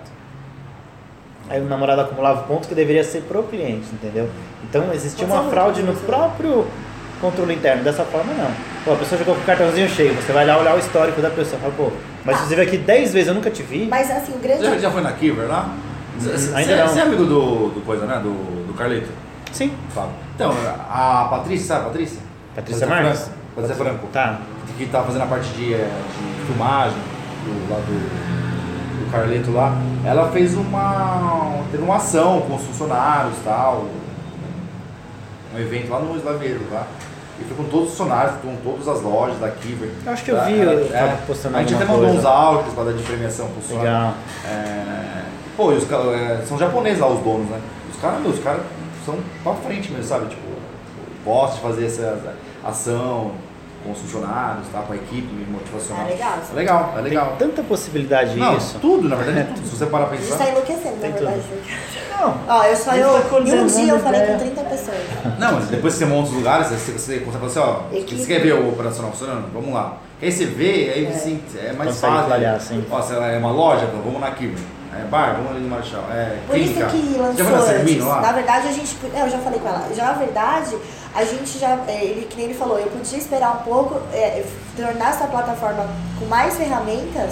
B: Aí o namorado acumulava pontos que deveria ser pro cliente, entendeu? Então
A: Pode ser
B: existia uma
A: muito
B: fraude no
A: isso, né?
B: próprio controle interno. Dessa forma, não. Pô, a pessoa jogou com o cartãozinho cheio, você vai lá olhar o histórico da pessoa. Fala, pô, mas
A: Tá.
B: você veio aqui 10 vezes, eu nunca te vi.
A: mas assim, o grande.
C: Já, já foi na Kiver lá? Você
B: um- Ainda não.
C: é amigo do, do coisa, né? Do, do Carlito.
B: Sim.
C: Fábio. Então, a Patrícia, sabe a Patrícia?
B: Patrícia Marques?
C: Franco, Patrícia Franco.
B: Tá.
C: Que tá fazendo a parte de, eh, de filmagem do, lá do, do Carlito lá. Ela fez uma. teve uma ação com os funcionários e tal. Um evento lá no Slaveiro lá. E foi com todos os funcionários, com todas as lojas da Kiver.
B: Eu acho que eu
C: Tá,
B: vi
C: ela-
B: o Fábio
C: é,
B: postando
C: A gente até
B: alguma
C: mandou
B: coisa.
C: uns áudios pra dar de premiação pro funcionário.
B: Legal.
C: É... Pô, e os ca- é, são japoneses lá os donos, né? Os caras, meu, os caras são pra frente mesmo, sabe? Tipo, gosta de fazer essa ação com os funcionários, tá? com a equipe motivacional.
A: Ah, legal.
C: É legal, é legal.
B: Tem tanta possibilidade
C: Não,
B: isso.
C: tudo, na verdade, é tudo. Se você parar
A: A
C: pra
A: gente tá
C: pensar.
A: enlouquecendo, na
B: Tem
A: verdade. né?
B: Não.
A: Ó, eu só.
B: Ele
A: Eu,
B: tá
A: em um
B: coordenando
A: dia eu falei
B: ideia.
A: com 30 pessoas.
C: Não, mas depois que você monta os lugares, você, você consegue falar assim, ó,
A: Equipe.
C: você quer ver o operacional funcionando? Vamos lá. Aí você vê, aí assim, é mais
B: Consegue
C: fácil.
B: avaliar, sim.
C: Ó, sei lá, é uma loja, então vamos na Kiva. É bar, vamos ali no Marechal. É
A: Por isso
C: clínica.
A: que
C: Já
A: lançou
C: foi na
A: antes.
C: Sermino lá?
A: Na verdade, a gente. é, Eu já falei com ela. Já na verdade, a gente já. é, Ele, que nem ele falou, eu podia esperar um pouco, é, tornar essa plataforma com mais ferramentas,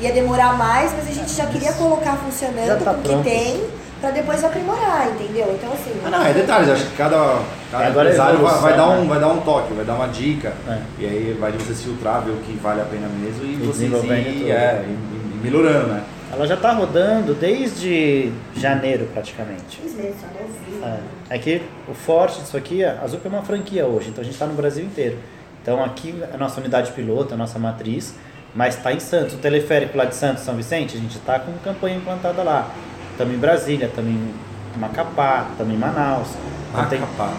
A: ia demorar mais, mas a gente já queria colocar funcionando
B: Já tá
A: com o que
B: pronto.
A: tem. pra depois aprimorar, entendeu? Então, assim.
C: Ah, não, é detalhes, acho que cada, cada
B: É, agora é
C: empresário vai,
B: evolução,
C: vai dar um,
B: né?
C: vai dar um toque, vai dar uma dica,
B: É.
C: e aí vai de você se filtrar, ver o que vale a pena mesmo e, você
B: desenvolvendo
C: ir,
B: tudo.
C: é, e- e- e melhorando, né?
B: Ela já tá rodando desde janeiro praticamente.
A: Os meses né? são novinhos.
B: É. É que o forte disso aqui, a Zup é uma franquia hoje, então a gente está no Brasil inteiro. Então aqui a nossa unidade piloto, é a nossa matriz, mas está em Santos. O teleférico lá de Santos, São Vicente, a gente está com campanha implantada lá. Estamos em Brasília, estamos em Macapá, estamos em Manaus. Então tem-
C: Macapá.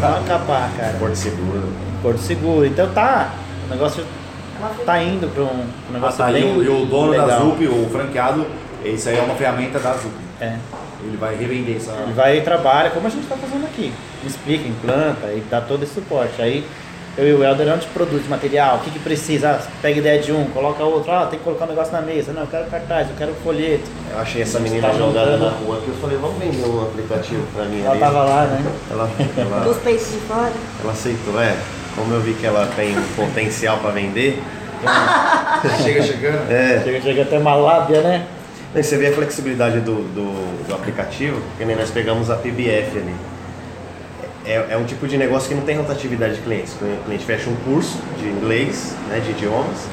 B: Macapá, cara.
G: Porto Seguro.
B: Porto Seguro. Então tá, o negócio tá indo para um um
C: Ah,
B: negócio
C: tá, e,
B: bem
C: o, e o dono da
B: legal.
C: Zup, o franqueado, isso aí é uma ferramenta da Zup.
B: É.
C: Ele vai revender essa.
B: Ele vai e trabalha, como a gente está fazendo aqui. Explica, implanta e dá todo esse suporte. Aí eu e o Helder, a gente produz material, o que, que precisa? Ah, pega ideia de um, coloca outro, ah, tem que colocar um negócio na mesa, não, eu quero cartaz, eu quero folheto.
G: Eu achei essa menina
B: Tá
G: jogada
B: jogando.
G: na rua que eu falei, vamos vender um aplicativo pra mim
B: Ela
G: ali.
B: tava lá, né?
G: Ela, ela-
A: Dos peitos de fora.
G: ela aceitou, é. Como eu vi que ela tem potencial pra vender,
C: Chega chegando.
G: é,
B: Chega, chega até uma lábia, né?
G: Aí Você vê a flexibilidade do, do, do aplicativo, que nem nós pegamos a PBF ali. É, é um tipo de negócio que não tem rotatividade de clientes. O cliente fecha um curso de inglês, né, de idiomas,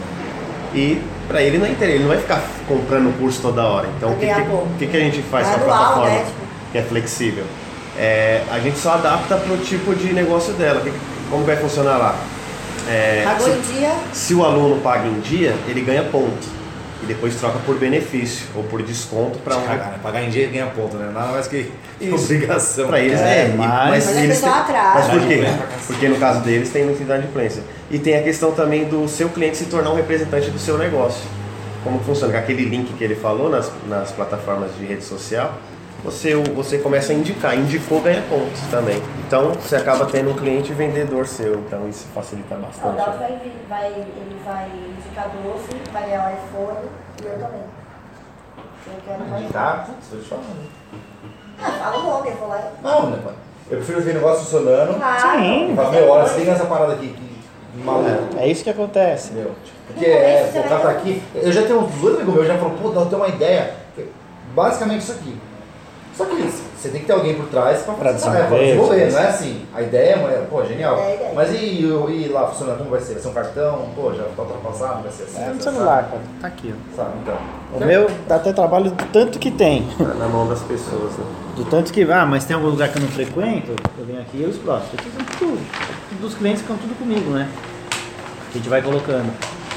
G: e para ele não é interesse, ele não vai ficar comprando curso toda hora. Então, o que,
A: Ganhar
G: que,
A: pouco.
G: o que que a gente faz com a
A: Gradual,
G: plataforma
A: né, tipo.
G: que é flexível? É, a gente só adapta para o tipo de negócio dela. Que- como vai funcionar lá? É,
A: Pagou
G: se-
A: em dia,
G: se o aluno paga em dia, ele ganha ponto. E depois troca por benefício ou por desconto para
C: Cagar,
G: um.
C: né? Pagar em dinheiro ganha ponto, né? Nada mais que
G: Isso.
C: obrigação.
G: Pra eles
B: É,
G: é, e-
B: mas-
A: Mas a pessoa
G: têm-
A: atrasa.
G: Mas por quê?
C: Atrasa pra cacete.
G: Porque no caso deles tem identidade de imprensa. E tem a questão também do seu cliente se tornar um representante do seu negócio. Como que funciona? Com Aquele link que ele falou nas, nas plataformas de rede social, você, você começa a indicar. Indicou, ganha pontos também. Então você acaba tendo um cliente vendedor seu. Então isso facilita
H: Não, o
A: Ah,
G: bastante. né?
H: Dalton vai, vir- vai, ele vai indicar doce, vai ganhar o iPhone e eu também. Eu quero mais.
G: Tá?
C: Estou te falando.
H: Ah, fala o nome, eu vou lá. e-
C: Não, né, pai? Eu prefiro ver negócio funcionando.
A: Tá.
H: Claro.
C: E
A: é
C: falar, meu, olha, você assim, tem essa parada aqui, que maluco.
B: É isso que acontece.
C: Entendeu? Porque é, o cara tá aqui. Eu já tenho uns dois amigos meus, já falou, pô, não, eu tenho uma ideia. Basicamente isso aqui. Só que isso, você tem que ter alguém por trás pra,
B: Pra
C: fazer essa tarefa,
B: desenvolver, tipo
C: desenvolver, não é assim. A ideia é, pô, genial.
H: É a ideia.
C: Mas e, e lá funcionando, como vai ser? Vai ser um cartão? Pô, já tá ultrapassado, vai ser
B: É
C: assim. assim,
B: no
C: assim,
B: celular, cara. Tá aqui,
C: Sabe, então.
B: ó. O meu dá até trabalho do tanto que tem.
G: Na- Na mão das pessoas, né?
B: Do tanto que, ah, mas tem algum lugar que eu não frequento, eu venho aqui e eu exploro. Aqui são tudo, Um dos clientes ficam tudo comigo, né? A gente vai colocando.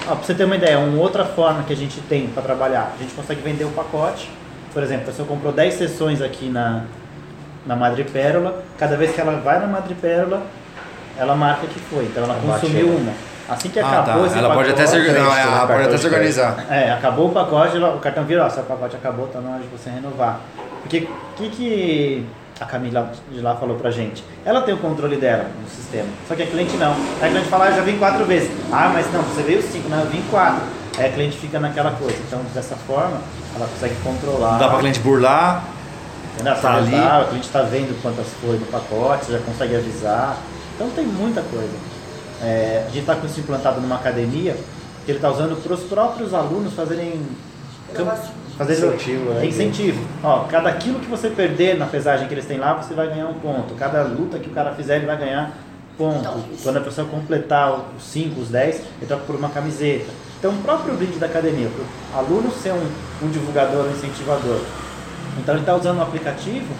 B: Ah, pra você ter uma ideia, uma outra forma que a gente tem para trabalhar, a gente consegue vender o pacote. Por exemplo, a pessoa comprou 10 sessões aqui na, na Madre Pérola, cada vez que ela vai na Madre Pérola, ela marca que foi. Então ela
G: Bate
B: consumiu
G: ela.
B: uma. Assim
C: Ah,
B: que
C: tá.
B: acabou esse pacote,
G: ela pode até se organizar.
B: é, acabou o pacote, o cartão vira, ó, seu pacote acabou, tá na hora de você renovar. Porque o que, que a Camila de lá falou pra gente? Ela tem o controle dela no sistema, só que a cliente não. Aí a cliente fala, ah, já vim quatro vezes. Ah, mas não, você veio cinco, não, eu vim quatro. Aí a cliente fica naquela coisa. Então, dessa forma, ela consegue controlar.
C: cliente burlar.
B: Entendeu?
C: Tá
B: Você
C: ali.
B: já tá, o cliente está vendo quantas foi no pacote, você já consegue avisar. Então tem muita coisa. É, a gente está com isso implantado numa academia que ele está usando para os próprios alunos fazerem cam- fazer
G: Incentivo, né?
B: incentivo. Ó, cada quilo que você perder na pesagem que eles têm lá, você vai ganhar um ponto. Cada luta que o cara fizer, ele vai ganhar ponto. Quando a pessoa completar os 5, os 10, ele troca por uma camiseta. Então o próprio brinde da academia, para o aluno ser um, um divulgador, um incentivador. Então ele está usando um aplicativo.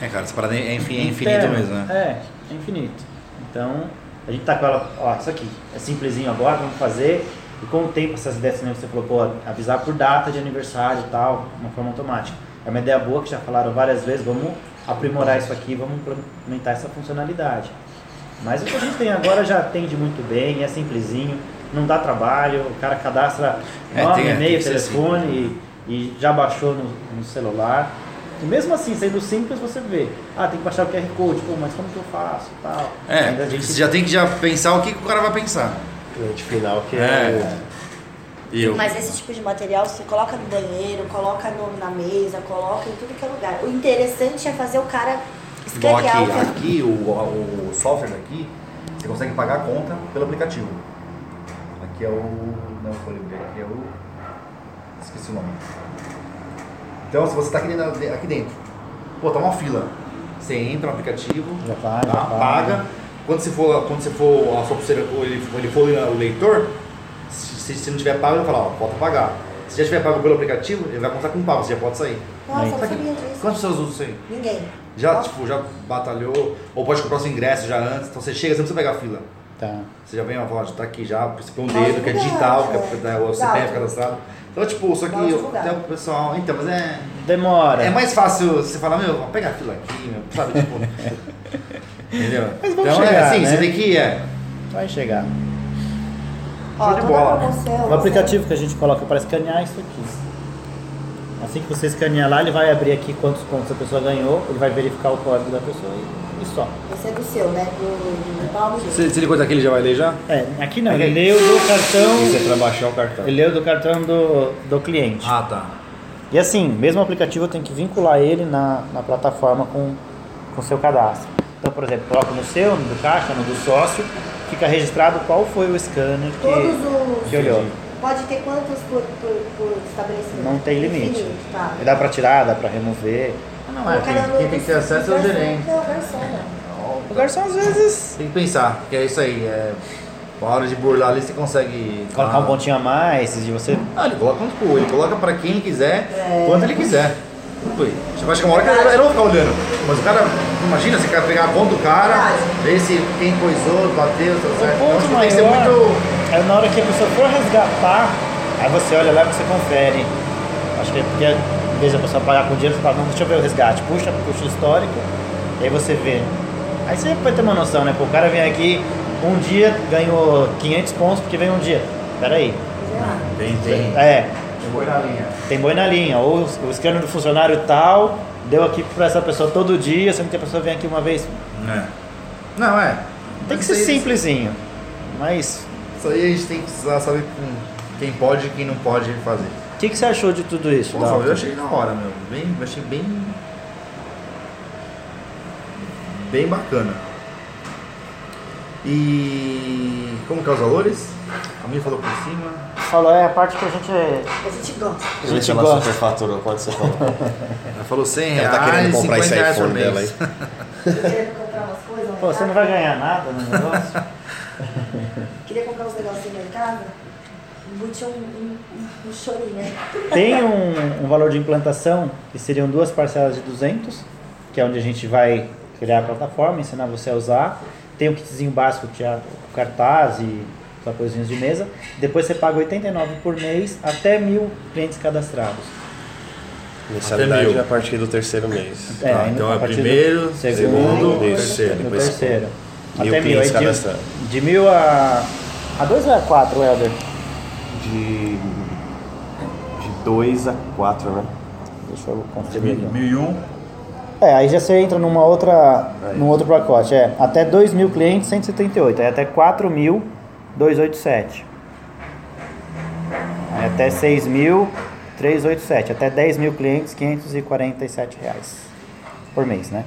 C: É, cara, essa parada é né?
B: interno. É, é infinito. Então, a gente tá com ela, ó, isso aqui é simplesinho agora, vamos fazer. E com o tempo, essas ideias né, que você falou, pô, avisar por data de aniversário e tal, uma forma automática. É uma ideia boa que já falaram várias vezes, vamos aprimorar isso aqui, vamos implementar essa funcionalidade. Mas o que a gente tem agora já atende muito bem, é simplesinho, não dá trabalho, o cara cadastra
C: É,
B: nome,
C: tem- tem
B: e-mail,
C: que ser
B: telefone e, e já baixou no, no celular. E mesmo assim, sendo simples, você vê. Ah, tem que baixar o QR Code, pô, mas como que eu faço? e Tal. É, Ainda a gente
C: tem que É, já pensar o que, o cara vai pensar.
G: cliente final que
C: É.
G: é.
C: E eu.
H: Mas esse tipo de material você coloca no banheiro, coloca no- na mesa, coloca em tudo que é lugar. O interessante é fazer o cara
C: Igual
H: escanear o
C: aqui,
H: que é.
C: aqui o, o software daqui, você consegue pagar a conta pelo aplicativo. Aqui é o. Não, vou lembrar, aqui é o. Esqueci o nome. Então, se você está aqui dentro, aqui dentro, pô, tá uma fila. Você entra no aplicativo,
B: Já vai,
C: tá?
B: já vai.
C: paga. Quando você for, quando você for a sua pulseira, ou ele, ele for o leitor, se, se não tiver pago, ele vai falar, ó, falta pagar. Se já tiver pago pelo aplicativo, ele vai contar com um pago, você já pode sair.
A: Nossa, eu
C: Tá
A: não
C: aqui.
A: sabia disso.
C: Quantas pessoas usam isso aí?
A: Ninguém.
C: Já,
A: Ó,
C: tipo, já batalhou, ou pode comprar seu ingresso já antes, então você chega, você não precisa pegar fila.
B: Tá.
C: Você já vem a voz, tá aqui já, você põe um
A: Nossa,
C: dedo, que é
A: verdade,
C: digital, que é
A: é.
C: né, o CPF
A: Exato.
C: cadastrado. Então, tipo, só que
A: Pode
C: eu-
A: divulgar.
C: até o pessoal. Então, mas é.
B: Demora.
C: É mais fácil você falar, meu, vamos pegar a fila aqui, meu, sabe? Tipo. entendeu?
B: Mas vamos
C: então é
B: chegar,
C: assim,
B: né?
C: você tem que ir. É,
B: Vai chegar.
A: ó,
C: de
A: toda
C: bola. né?
A: promoção,
B: O aplicativo que a gente coloca para escanear é isso aqui. Assim que você escanear lá, ele vai abrir aqui quantos pontos a pessoa ganhou, ele vai verificar o código da pessoa e, e só.
A: Esse é do seu, né? Do, do Paulo Gil.
C: se ele coisa aquele já vai ler já?
B: É, aqui não, ele leu do
C: Isso
B: cartão.
C: é pra baixar o cartão.
B: Ele leu do cartão do, do cliente.
C: Ah, tá.
B: E assim, mesmo o aplicativo eu tenho que vincular ele na, na plataforma com com o seu cadastro. Então, por exemplo, coloco no seu, no do caixa, no do sócio, fica registrado qual foi o scanner que,
A: Todos os.
B: que olhou.
A: Pode ter quantos por, por- por estabelecimento?
B: Não tem limite.
A: Infinito, tá.
B: Dá pra tirar, dá pra remover.
C: Não é,
A: Colocar na
C: quem,
A: mão
C: quem tem
A: do-
C: que ter
A: do
C: acesso é o
A: garçom.
C: gerente.
A: Não, garçom, não.
B: O garçom às vezes
C: Tem que pensar, que é isso aí. É, uma hora de burlar ali você consegue.
B: colocar
C: Ah.
B: um pontinho a mais e você
C: Ah, ele coloca um cu, ele coloca pra quem ele quiser, quanto ele quiser. Ui, Você vai chegar uma hora que eu eu não vou ficar olhando. Mas o cara, imagina, você quer pegar a conta do cara, ver se quem coisou, bateu, tá certo.
B: Um ponto
C: Então, tem que ser
B: maior-
C: muito.
B: Aí na hora que a pessoa for resgatar, aí você olha lá e você confere. Acho que é porque em vez da pessoa pagar com dinheiro, você fala, não, deixa eu ver o resgate. Puxa, puxa o histórico, e aí você vê. Aí você vai ter uma noção, né? Pô, o cara vem aqui, um dia ganhou 500 pontos porque veio um dia. Peraí.
C: Tem, tem.
B: É,
C: Foi na linha.
B: tem boi na linha. Ou o scanner do funcionário tal, deu aqui pra essa pessoa todo dia, sendo que a pessoa vem aqui uma vez.
C: É. Não, é.
B: Tem que ser
C: Isso aí-
B: simplesinho. Mas
C: Isso aí a gente tem que precisar saber com quem pode e quem não pode fazer.
B: o que, que você achou de tudo isso?
C: Nossa,
B: Dalton?
C: eu achei na hora, meu. Bem, eu achei bem. Bem bacana. E. Como que é os valores? A minha falou por cima.
B: Falou, é a parte que a gente
A: A gente gosta.
G: A gente
B: Ela
G: ela
B: gosta.
G: superfaturou quanto você falou.
C: Ela falou 100 reais.
G: Ela tá querendo
C: 50
G: comprar esse
C: É, reais por
G: iPhone dela aí.
C: mês.
A: Querendo comprar umas coisas. um no
B: Pô, você
A: mercado.
B: não vai ganhar nada no negócio?
A: Queria comprar uns negocinhos no mercado. Embutia um, um, um chorinho, né?
B: Tem um, um valor de implantação que seriam duas parcelas de 200, que é onde a gente vai criar a plataforma, ensinar você a usar. Tem o kitzinho básico que é o cartaz e os apoiozinhos de mesa. Depois você paga 89 por mês até mil clientes cadastrados.
G: Mensalidade
C: mil.
G: a partir do terceiro mês.
B: É,
C: Ah,
B: aí no-
C: então é
B: a partir do
C: primeiro, segundo,
B: e
G: terceiro,
B: no
G: depois
B: terceiro. até
G: mil
B: mil, aí
G: clientes cadastrados.
B: de, de mil a... A dois ou a quatro, Helder?
G: De. De 2 a 4, né?
B: Deixa eu conferir aqui.
C: 1001.
B: É, aí já você entra numa outra,
G: Aí.
B: num outro pacote. É, até 2 mil clientes, 178. Aí até 4 mil, 287. Aí até 6 mil, 387. Até 10 mil clientes, 547 reais por mês, né?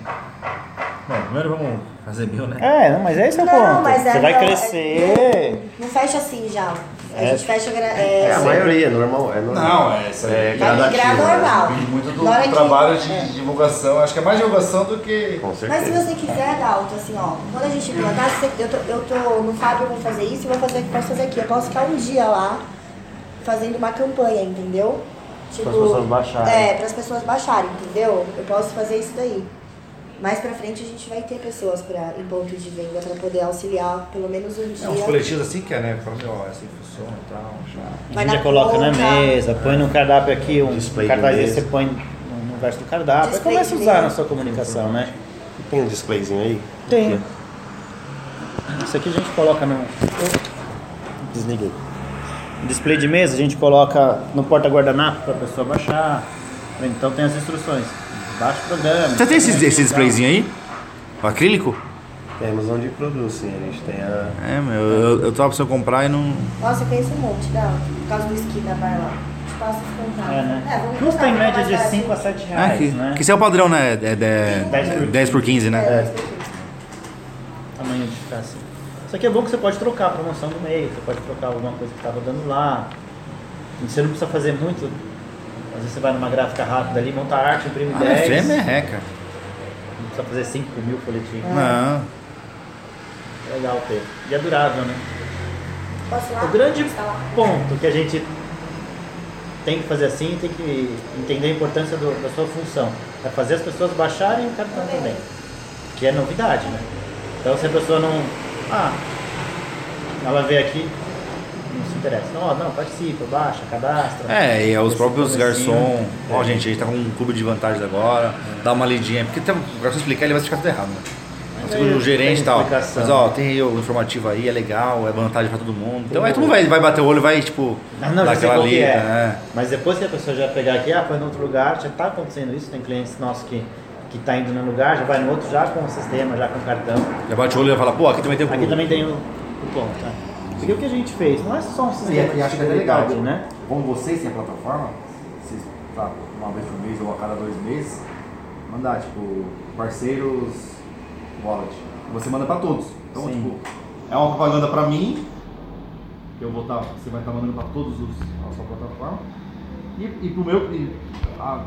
C: Bom, primeiro vamos fazer mil, né?
B: É, não, mas esse é o
A: Não,
B: ponto.
A: mas
B: Você
A: é-
B: vai
A: não, é-
B: crescer.
A: Não fecha assim já. A
B: É.
A: gente fecha. gra-
G: É,
A: É,
G: a maioria, normal. É normal.
C: Não, é isso aí.
G: É
C: Vai
A: vai migrar
G: gradativo. né?
A: normal.
C: Depende muito do
A: Na hora que-
C: trabalho de
A: é.
C: divulgação. Acho que é mais divulgação do que.
G: Com certeza.
A: Mas se você quiser, Dalton, assim, ó, quando a gente implantar, você- eu tô, eu tô no Fábio, eu vou fazer isso e vou fazer, posso fazer aqui. Eu posso ficar um dia lá fazendo uma campanha, entendeu? Tipo,
B: Pras pessoas baixarem.
A: É, para as pessoas baixarem, entendeu? Eu posso fazer isso daí. Mais pra frente a gente vai ter pessoas pra, em ponto de venda para poder auxiliar pelo menos um
C: É, uns
A: dia.
C: coletivos assim que é, né? Fala, meu, ó, assim funciona e tal. Já.
B: A
A: Vai
B: gente já
A: na
B: coloca na
A: conta.
B: mesa, põe no cardápio aqui, um
G: Display de
B: cartaz desse
G: mesa.
B: você põe no verso do cardápio. Aí
A: Display
B: começa a
A: de
B: usar
A: mesa.
B: na sua comunicação, né?
G: Tem um displayzinho aí?
B: Tem. Isso aqui a gente coloca no. Desliguei. Display de mesa a gente coloca no porta-guardanapo para a pessoa baixar. Então tem as instruções. Baixa o programa.
C: Você tem esse, esse displayzinho aí? O acrílico?
G: Temos onde produz, sim. A gente tem a.
C: É, meu, eu, eu tava precisando comprar e não.
A: Nossa, eu conheço um monte, Dalton, por causa do esqui da bar lá. Tipo, Te passo os contatos.
B: É, né?
A: vamos
B: Custa em
A: contar, assim.
B: média
A: fica
B: de
A: mais
B: 5 a
A: barato.
B: 7
C: Ah,
B: reais,
C: que,
B: né?
C: que esse é o padrão, né? É, de-
B: 10 por
C: 10 por 15, né?
A: É,
B: Tamanho de ficar assim. Isso aqui é bom que você pode trocar a promoção tá do meio, você pode trocar alguma coisa que estava dando lá. E Você não precisa fazer muito Às vezes você vai numa gráfica rápida ali, monta arte, imprime
I: Ah,
B: 10.
I: é merreca.
B: Não precisa fazer 5 mil folhetinhos.
I: Não.
B: É Legal ter. E é durável, né?
A: Posso ir lá?
B: O grande
A: Está lá.
B: ponto que a gente tem que fazer assim, tem que entender a importância do- da sua função. É fazer as pessoas baixarem o cartão também. Que é novidade, né? Então se a pessoa não. Ah, ela vê aqui, não se interessa. Não, ó, não, participa, baixa, cadastra.
I: É, e os
B: Esse
I: próprios
B: comecinho. é.
I: garçom. Ó, gente, a gente tá com um clube de vantagens agora. Dá uma lidinha. Porque tem, um- o garçom explicar, ele vai ficar tudo errado, né?
B: Mas
I: Segundo
B: aí
I: o gerente e
B: tem
I: tal.
B: explicação.
I: Mas ó, tem aí o informativo aí, é legal, é vantagem pra todo mundo. Então aí todo mundo vai, vai bater o olho e vai, tipo,
B: um- Ah, não,
I: dar
B: já sei
I: aquela
B: qual que
I: lida,
B: é.
I: né?
B: Mas depois que a pessoa já pegar aqui, ah, foi em outro lugar, já tá acontecendo isso, tem clientes nossos que, que tá indo num lugar, já vai no outro já com o sistema, já com o cartão.
I: Já bate o olho e vai falar, pô, aqui também tem um clube.
B: Aqui também tem o, o ponto, tá? Porque o que a gente fez não é só um
C: E,
B: sistema
C: e
B: de
C: acho que é legal,
B: fidelidade, né?
C: Como vocês têm a plataforma, vocês, tá, uma vez por mês ou a cada dois meses, mandar, tipo, parceiros wallet. Você manda pra todos. Então,
B: Sim.
C: tipo, é uma propaganda pra mim, que eu vou estar, você vai estar mandando pra todos os, a sua plataforma. E, e pro meu, e, a-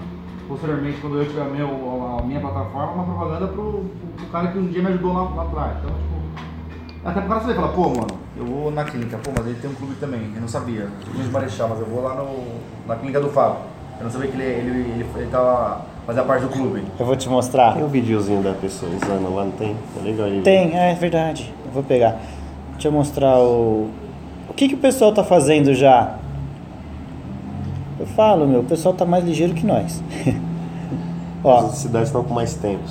C: posteriormente, quando eu tiver meu, a, a minha plataforma, é uma propaganda pro, pro cara que um dia me ajudou lá, lá atrás. Então, tipo, até pro cara saber, falar, pô, mano, eu vou na clínica, pô, mas ele tem um clube também, eu não sabia. Eu Clube de Marechal, mas eu vou lá no, na clínica do Fábio. Eu não sabia que ele, ele, ele, ele tava fazendo parte do clube.
J: Eu vou te mostrar.
G: Tem um videozinho da pessoa usando lá, não tem? É legal ele.
J: Tem, é verdade. Eu vou pegar. Deixa eu mostrar o. O que, que o pessoal tá fazendo já? Eu falo, meu, o pessoal tá mais ligeiro que nós. Ó,
G: As cidades estão com mais tempo.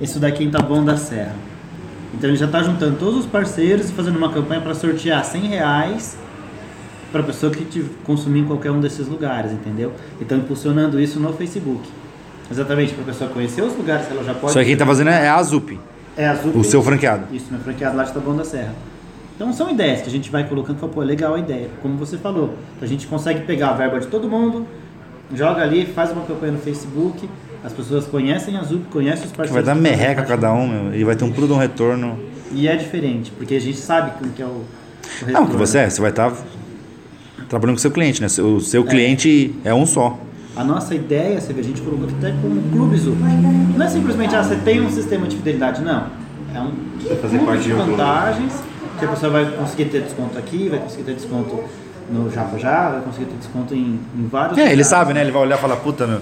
B: Isso daqui em Taboão da Serra. Então ele já tá juntando todos os parceiros e fazendo uma campanha para sortear 100 reais para pessoa que te consumir em qualquer um desses lugares, entendeu? Então impulsionando isso no Facebook. Exatamente, para pessoa conhecer os lugares que ela já pode.
I: Só que quem tá fazendo é a Azup,
B: É azul.
I: o seu franqueado.
B: Isso, meu franqueado lá de Taboão da Serra. Então são ideias que a gente vai colocando e fala, pô, é legal a ideia, como você falou. Então, a gente consegue pegar a verba de todo mundo, joga ali, faz uma campanha no Facebook, as pessoas conhecem a Zup, conhecem os
I: Vai
B: parceiros.
I: dar merreca cada um, meu. E vai ter um pulo de um retorno.
B: E é diferente, porque a gente sabe como que é o, o
I: Não,
B: retorno.
I: que você é, você vai estar trabalhando com o seu cliente, né? O seu cliente é um só.
B: A nossa ideia, você vê, a gente colocou até como um clube Zup. Não é simplesmente, ah, você tem um sistema de fidelidade, não. É um
G: fazer
B: clube
G: parte
B: de
G: de um clube.
B: vantagens, que a pessoa vai conseguir ter desconto aqui, vai conseguir ter desconto no Java Java, vai conseguir ter desconto em, em vários
I: É, ele
B: lugares.
I: sabe, né? Ele vai olhar e falar, puta, meu,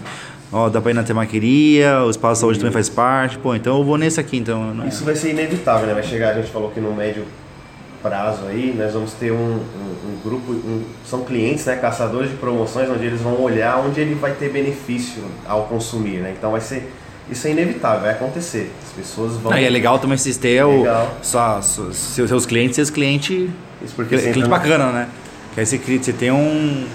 I: ó, dá pra ir na temaqueria, o espaço de saúde
G: Uhum.
I: também faz parte, pô, então eu vou nesse aqui, então. Não é.
G: Isso vai ser inevitável, né? Vai chegar, a gente falou que no médio prazo aí, nós vamos ter um, um- um grupo, um- são clientes, né? Caçadores de promoções, onde eles vão olhar onde ele vai ter benefício ao consumir, né? Então vai ser. Isso é inevitável, vai acontecer. As pessoas vão.
I: Não, e é legal também vocês terem o,
G: Legal.
I: sua- sua- seus, seus clientes e os clientes.
G: Isso porque você
I: Cliente
G: entra no-
I: bacana, né? Que aí você, cria- você tem um.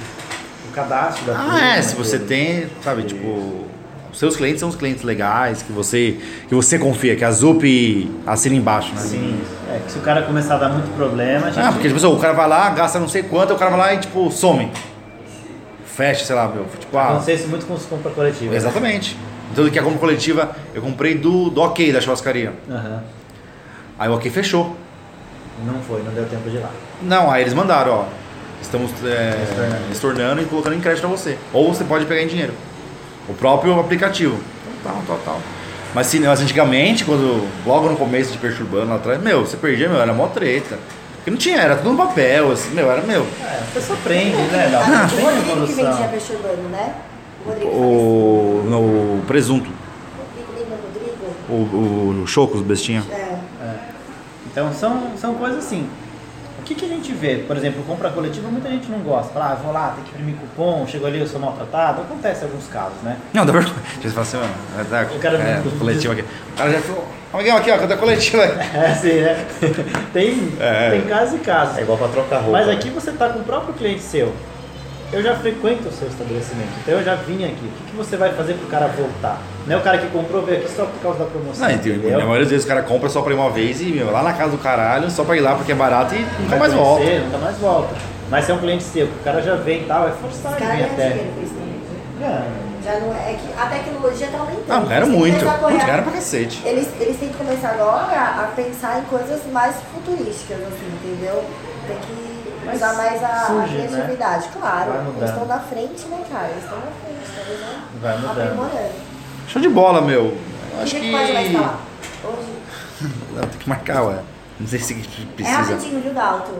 B: O cadastro da
I: Ah,
B: turma,
I: é,
B: né,
I: se você
B: tudo.
I: tem, sabe, tipo. Os seus clientes são os clientes legais, que você, que você confia, que a Zup assina embaixo, né?
B: Sim, é que se o cara começar a dar muito problema, a gente...
I: Ah, porque tipo, assim, o cara vai lá, gasta não sei quanto, o cara vai lá e tipo, some. Fecha, sei lá, meu. Tipo, ah,
B: Aconteceu isso muito com os compra coletivos.
I: exatamente. Então que a compra coletiva, eu comprei do, do ok da churrascaria.
B: Aham.
I: Aí o ok fechou.
B: Não foi, não deu tempo de ir lá.
I: Não, aí eles mandaram, ó. Estamos é, estornando e colocando em crédito pra você. Ou você pode pegar em dinheiro. O próprio aplicativo. Então, Tal, tal, tal. Mas, se, mas antigamente, quando, logo no começo de peixe urbano lá atrás, meu, você perdia, meu, era mó treta. Porque não tinha, era tudo no papel, assim, meu, era meu.
B: É, a pessoa aprende, né? Não,
A: Ah,
B: não
A: o
B: tem
A: Rodrigo que vendia
B: evolução.
A: peixe urbano, né? O Rodrigo.
I: O. No presunto.
A: Rodrigo, lembra o Rodrigo?
I: O, o, o choco, os bestinha.
A: É.
B: Então são, são coisas assim. O que, que a gente vê? Por exemplo, compra coletiva, muita gente não gosta. Fala, ah, vou lá, tem que imprimir cupom, chegou ali, eu sou maltratado. Acontece alguns casos, né?
I: Não, dá vergonha. Você fala assim, mano. Tá,
B: O cara-
I: é, coletiva aqui. O cara já falou. Amigão, aqui, ó, cadê a coletiva?
B: É assim, né? tem,
I: É.
B: tem casos e casos.
G: É igual pra trocar roupa.
B: Mas aqui você está com o próprio cliente seu. Eu já frequento o seu estabelecimento, então eu já vim aqui. O que, que você vai fazer para o cara voltar? Não é o cara que comprou veio aqui só por causa da promoção.
I: Ah, Não, e tem-
B: entendeu?
I: na maioria das vezes o cara compra só pra ir uma vez e, meu, lá na casa do caralho, só pra ir lá porque é barato e nunca
B: Vai
I: mais volta.
B: conhecer, Nunca mais volta. Mas se é um cliente seu, que o cara já vem e tal, é forçar
A: Os
B: ele
A: caras
B: vir
A: ganham
B: até.
A: dinheiro com isso também.
B: Ganha.
A: Já não é que a tecnologia tá aumentando.
I: Não, ganharam
A: Eles têm que
I: muito.
A: começar a
I: Putz,
A: correr-
I: ganharam pra cacete.
A: Eles, eles têm que começar agora a pensar em coisas mais futurísticas, assim, entendeu? Tem que
B: Mas
A: usar mais a
B: surge, né?
A: criatividade, claro.
B: Vai mudando.
A: Eles estão na frente, né, cara? Eles estão na frente, talvez não
B: Vai mudando.
A: aprimorando.
I: Show de bola, meu.
A: O
I: Acho
A: dia
I: que.
A: que pode vai estar lá? Hoje.
I: Não, tem que marcar, ué. Não sei se
A: É
I: precisa.
A: rapidinho, viu, Dalton?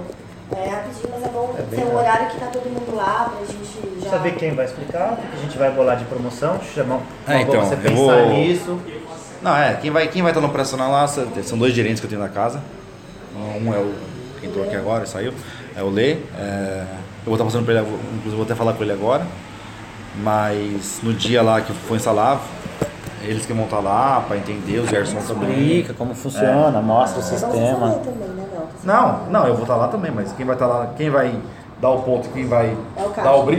A: É rapidinho, mas é bom ter o horário que tá todo mundo lá pra gente já.
D: Saber quem vai explicar, o que que a gente vai bolar de promoção, chamar
I: É,
D: pra
I: então,
D: você
I: eu
D: pensar
I: vou-
D: nisso.
I: Não, é, quem vai, quem vai estar no operacional lá são são dois gerentes que eu tenho na casa. Um é o que entrou aqui agora, saiu, é o Lê. é, eu vou estar passando para ele, eu vou- inclusive eu vou até falar com ele agora. Mas no dia lá que for instalar, eles que vão estar lá para entender, os Gerson também.
B: Explica como funciona, mostra o
A: É bom você
B: sistema.
A: saber também, né, Dalton?
I: Não, não, eu vou estar lá também, mas quem vai estar lá, quem vai dar o ponto, quem vai
A: É o Cássio.
I: dar o brilho.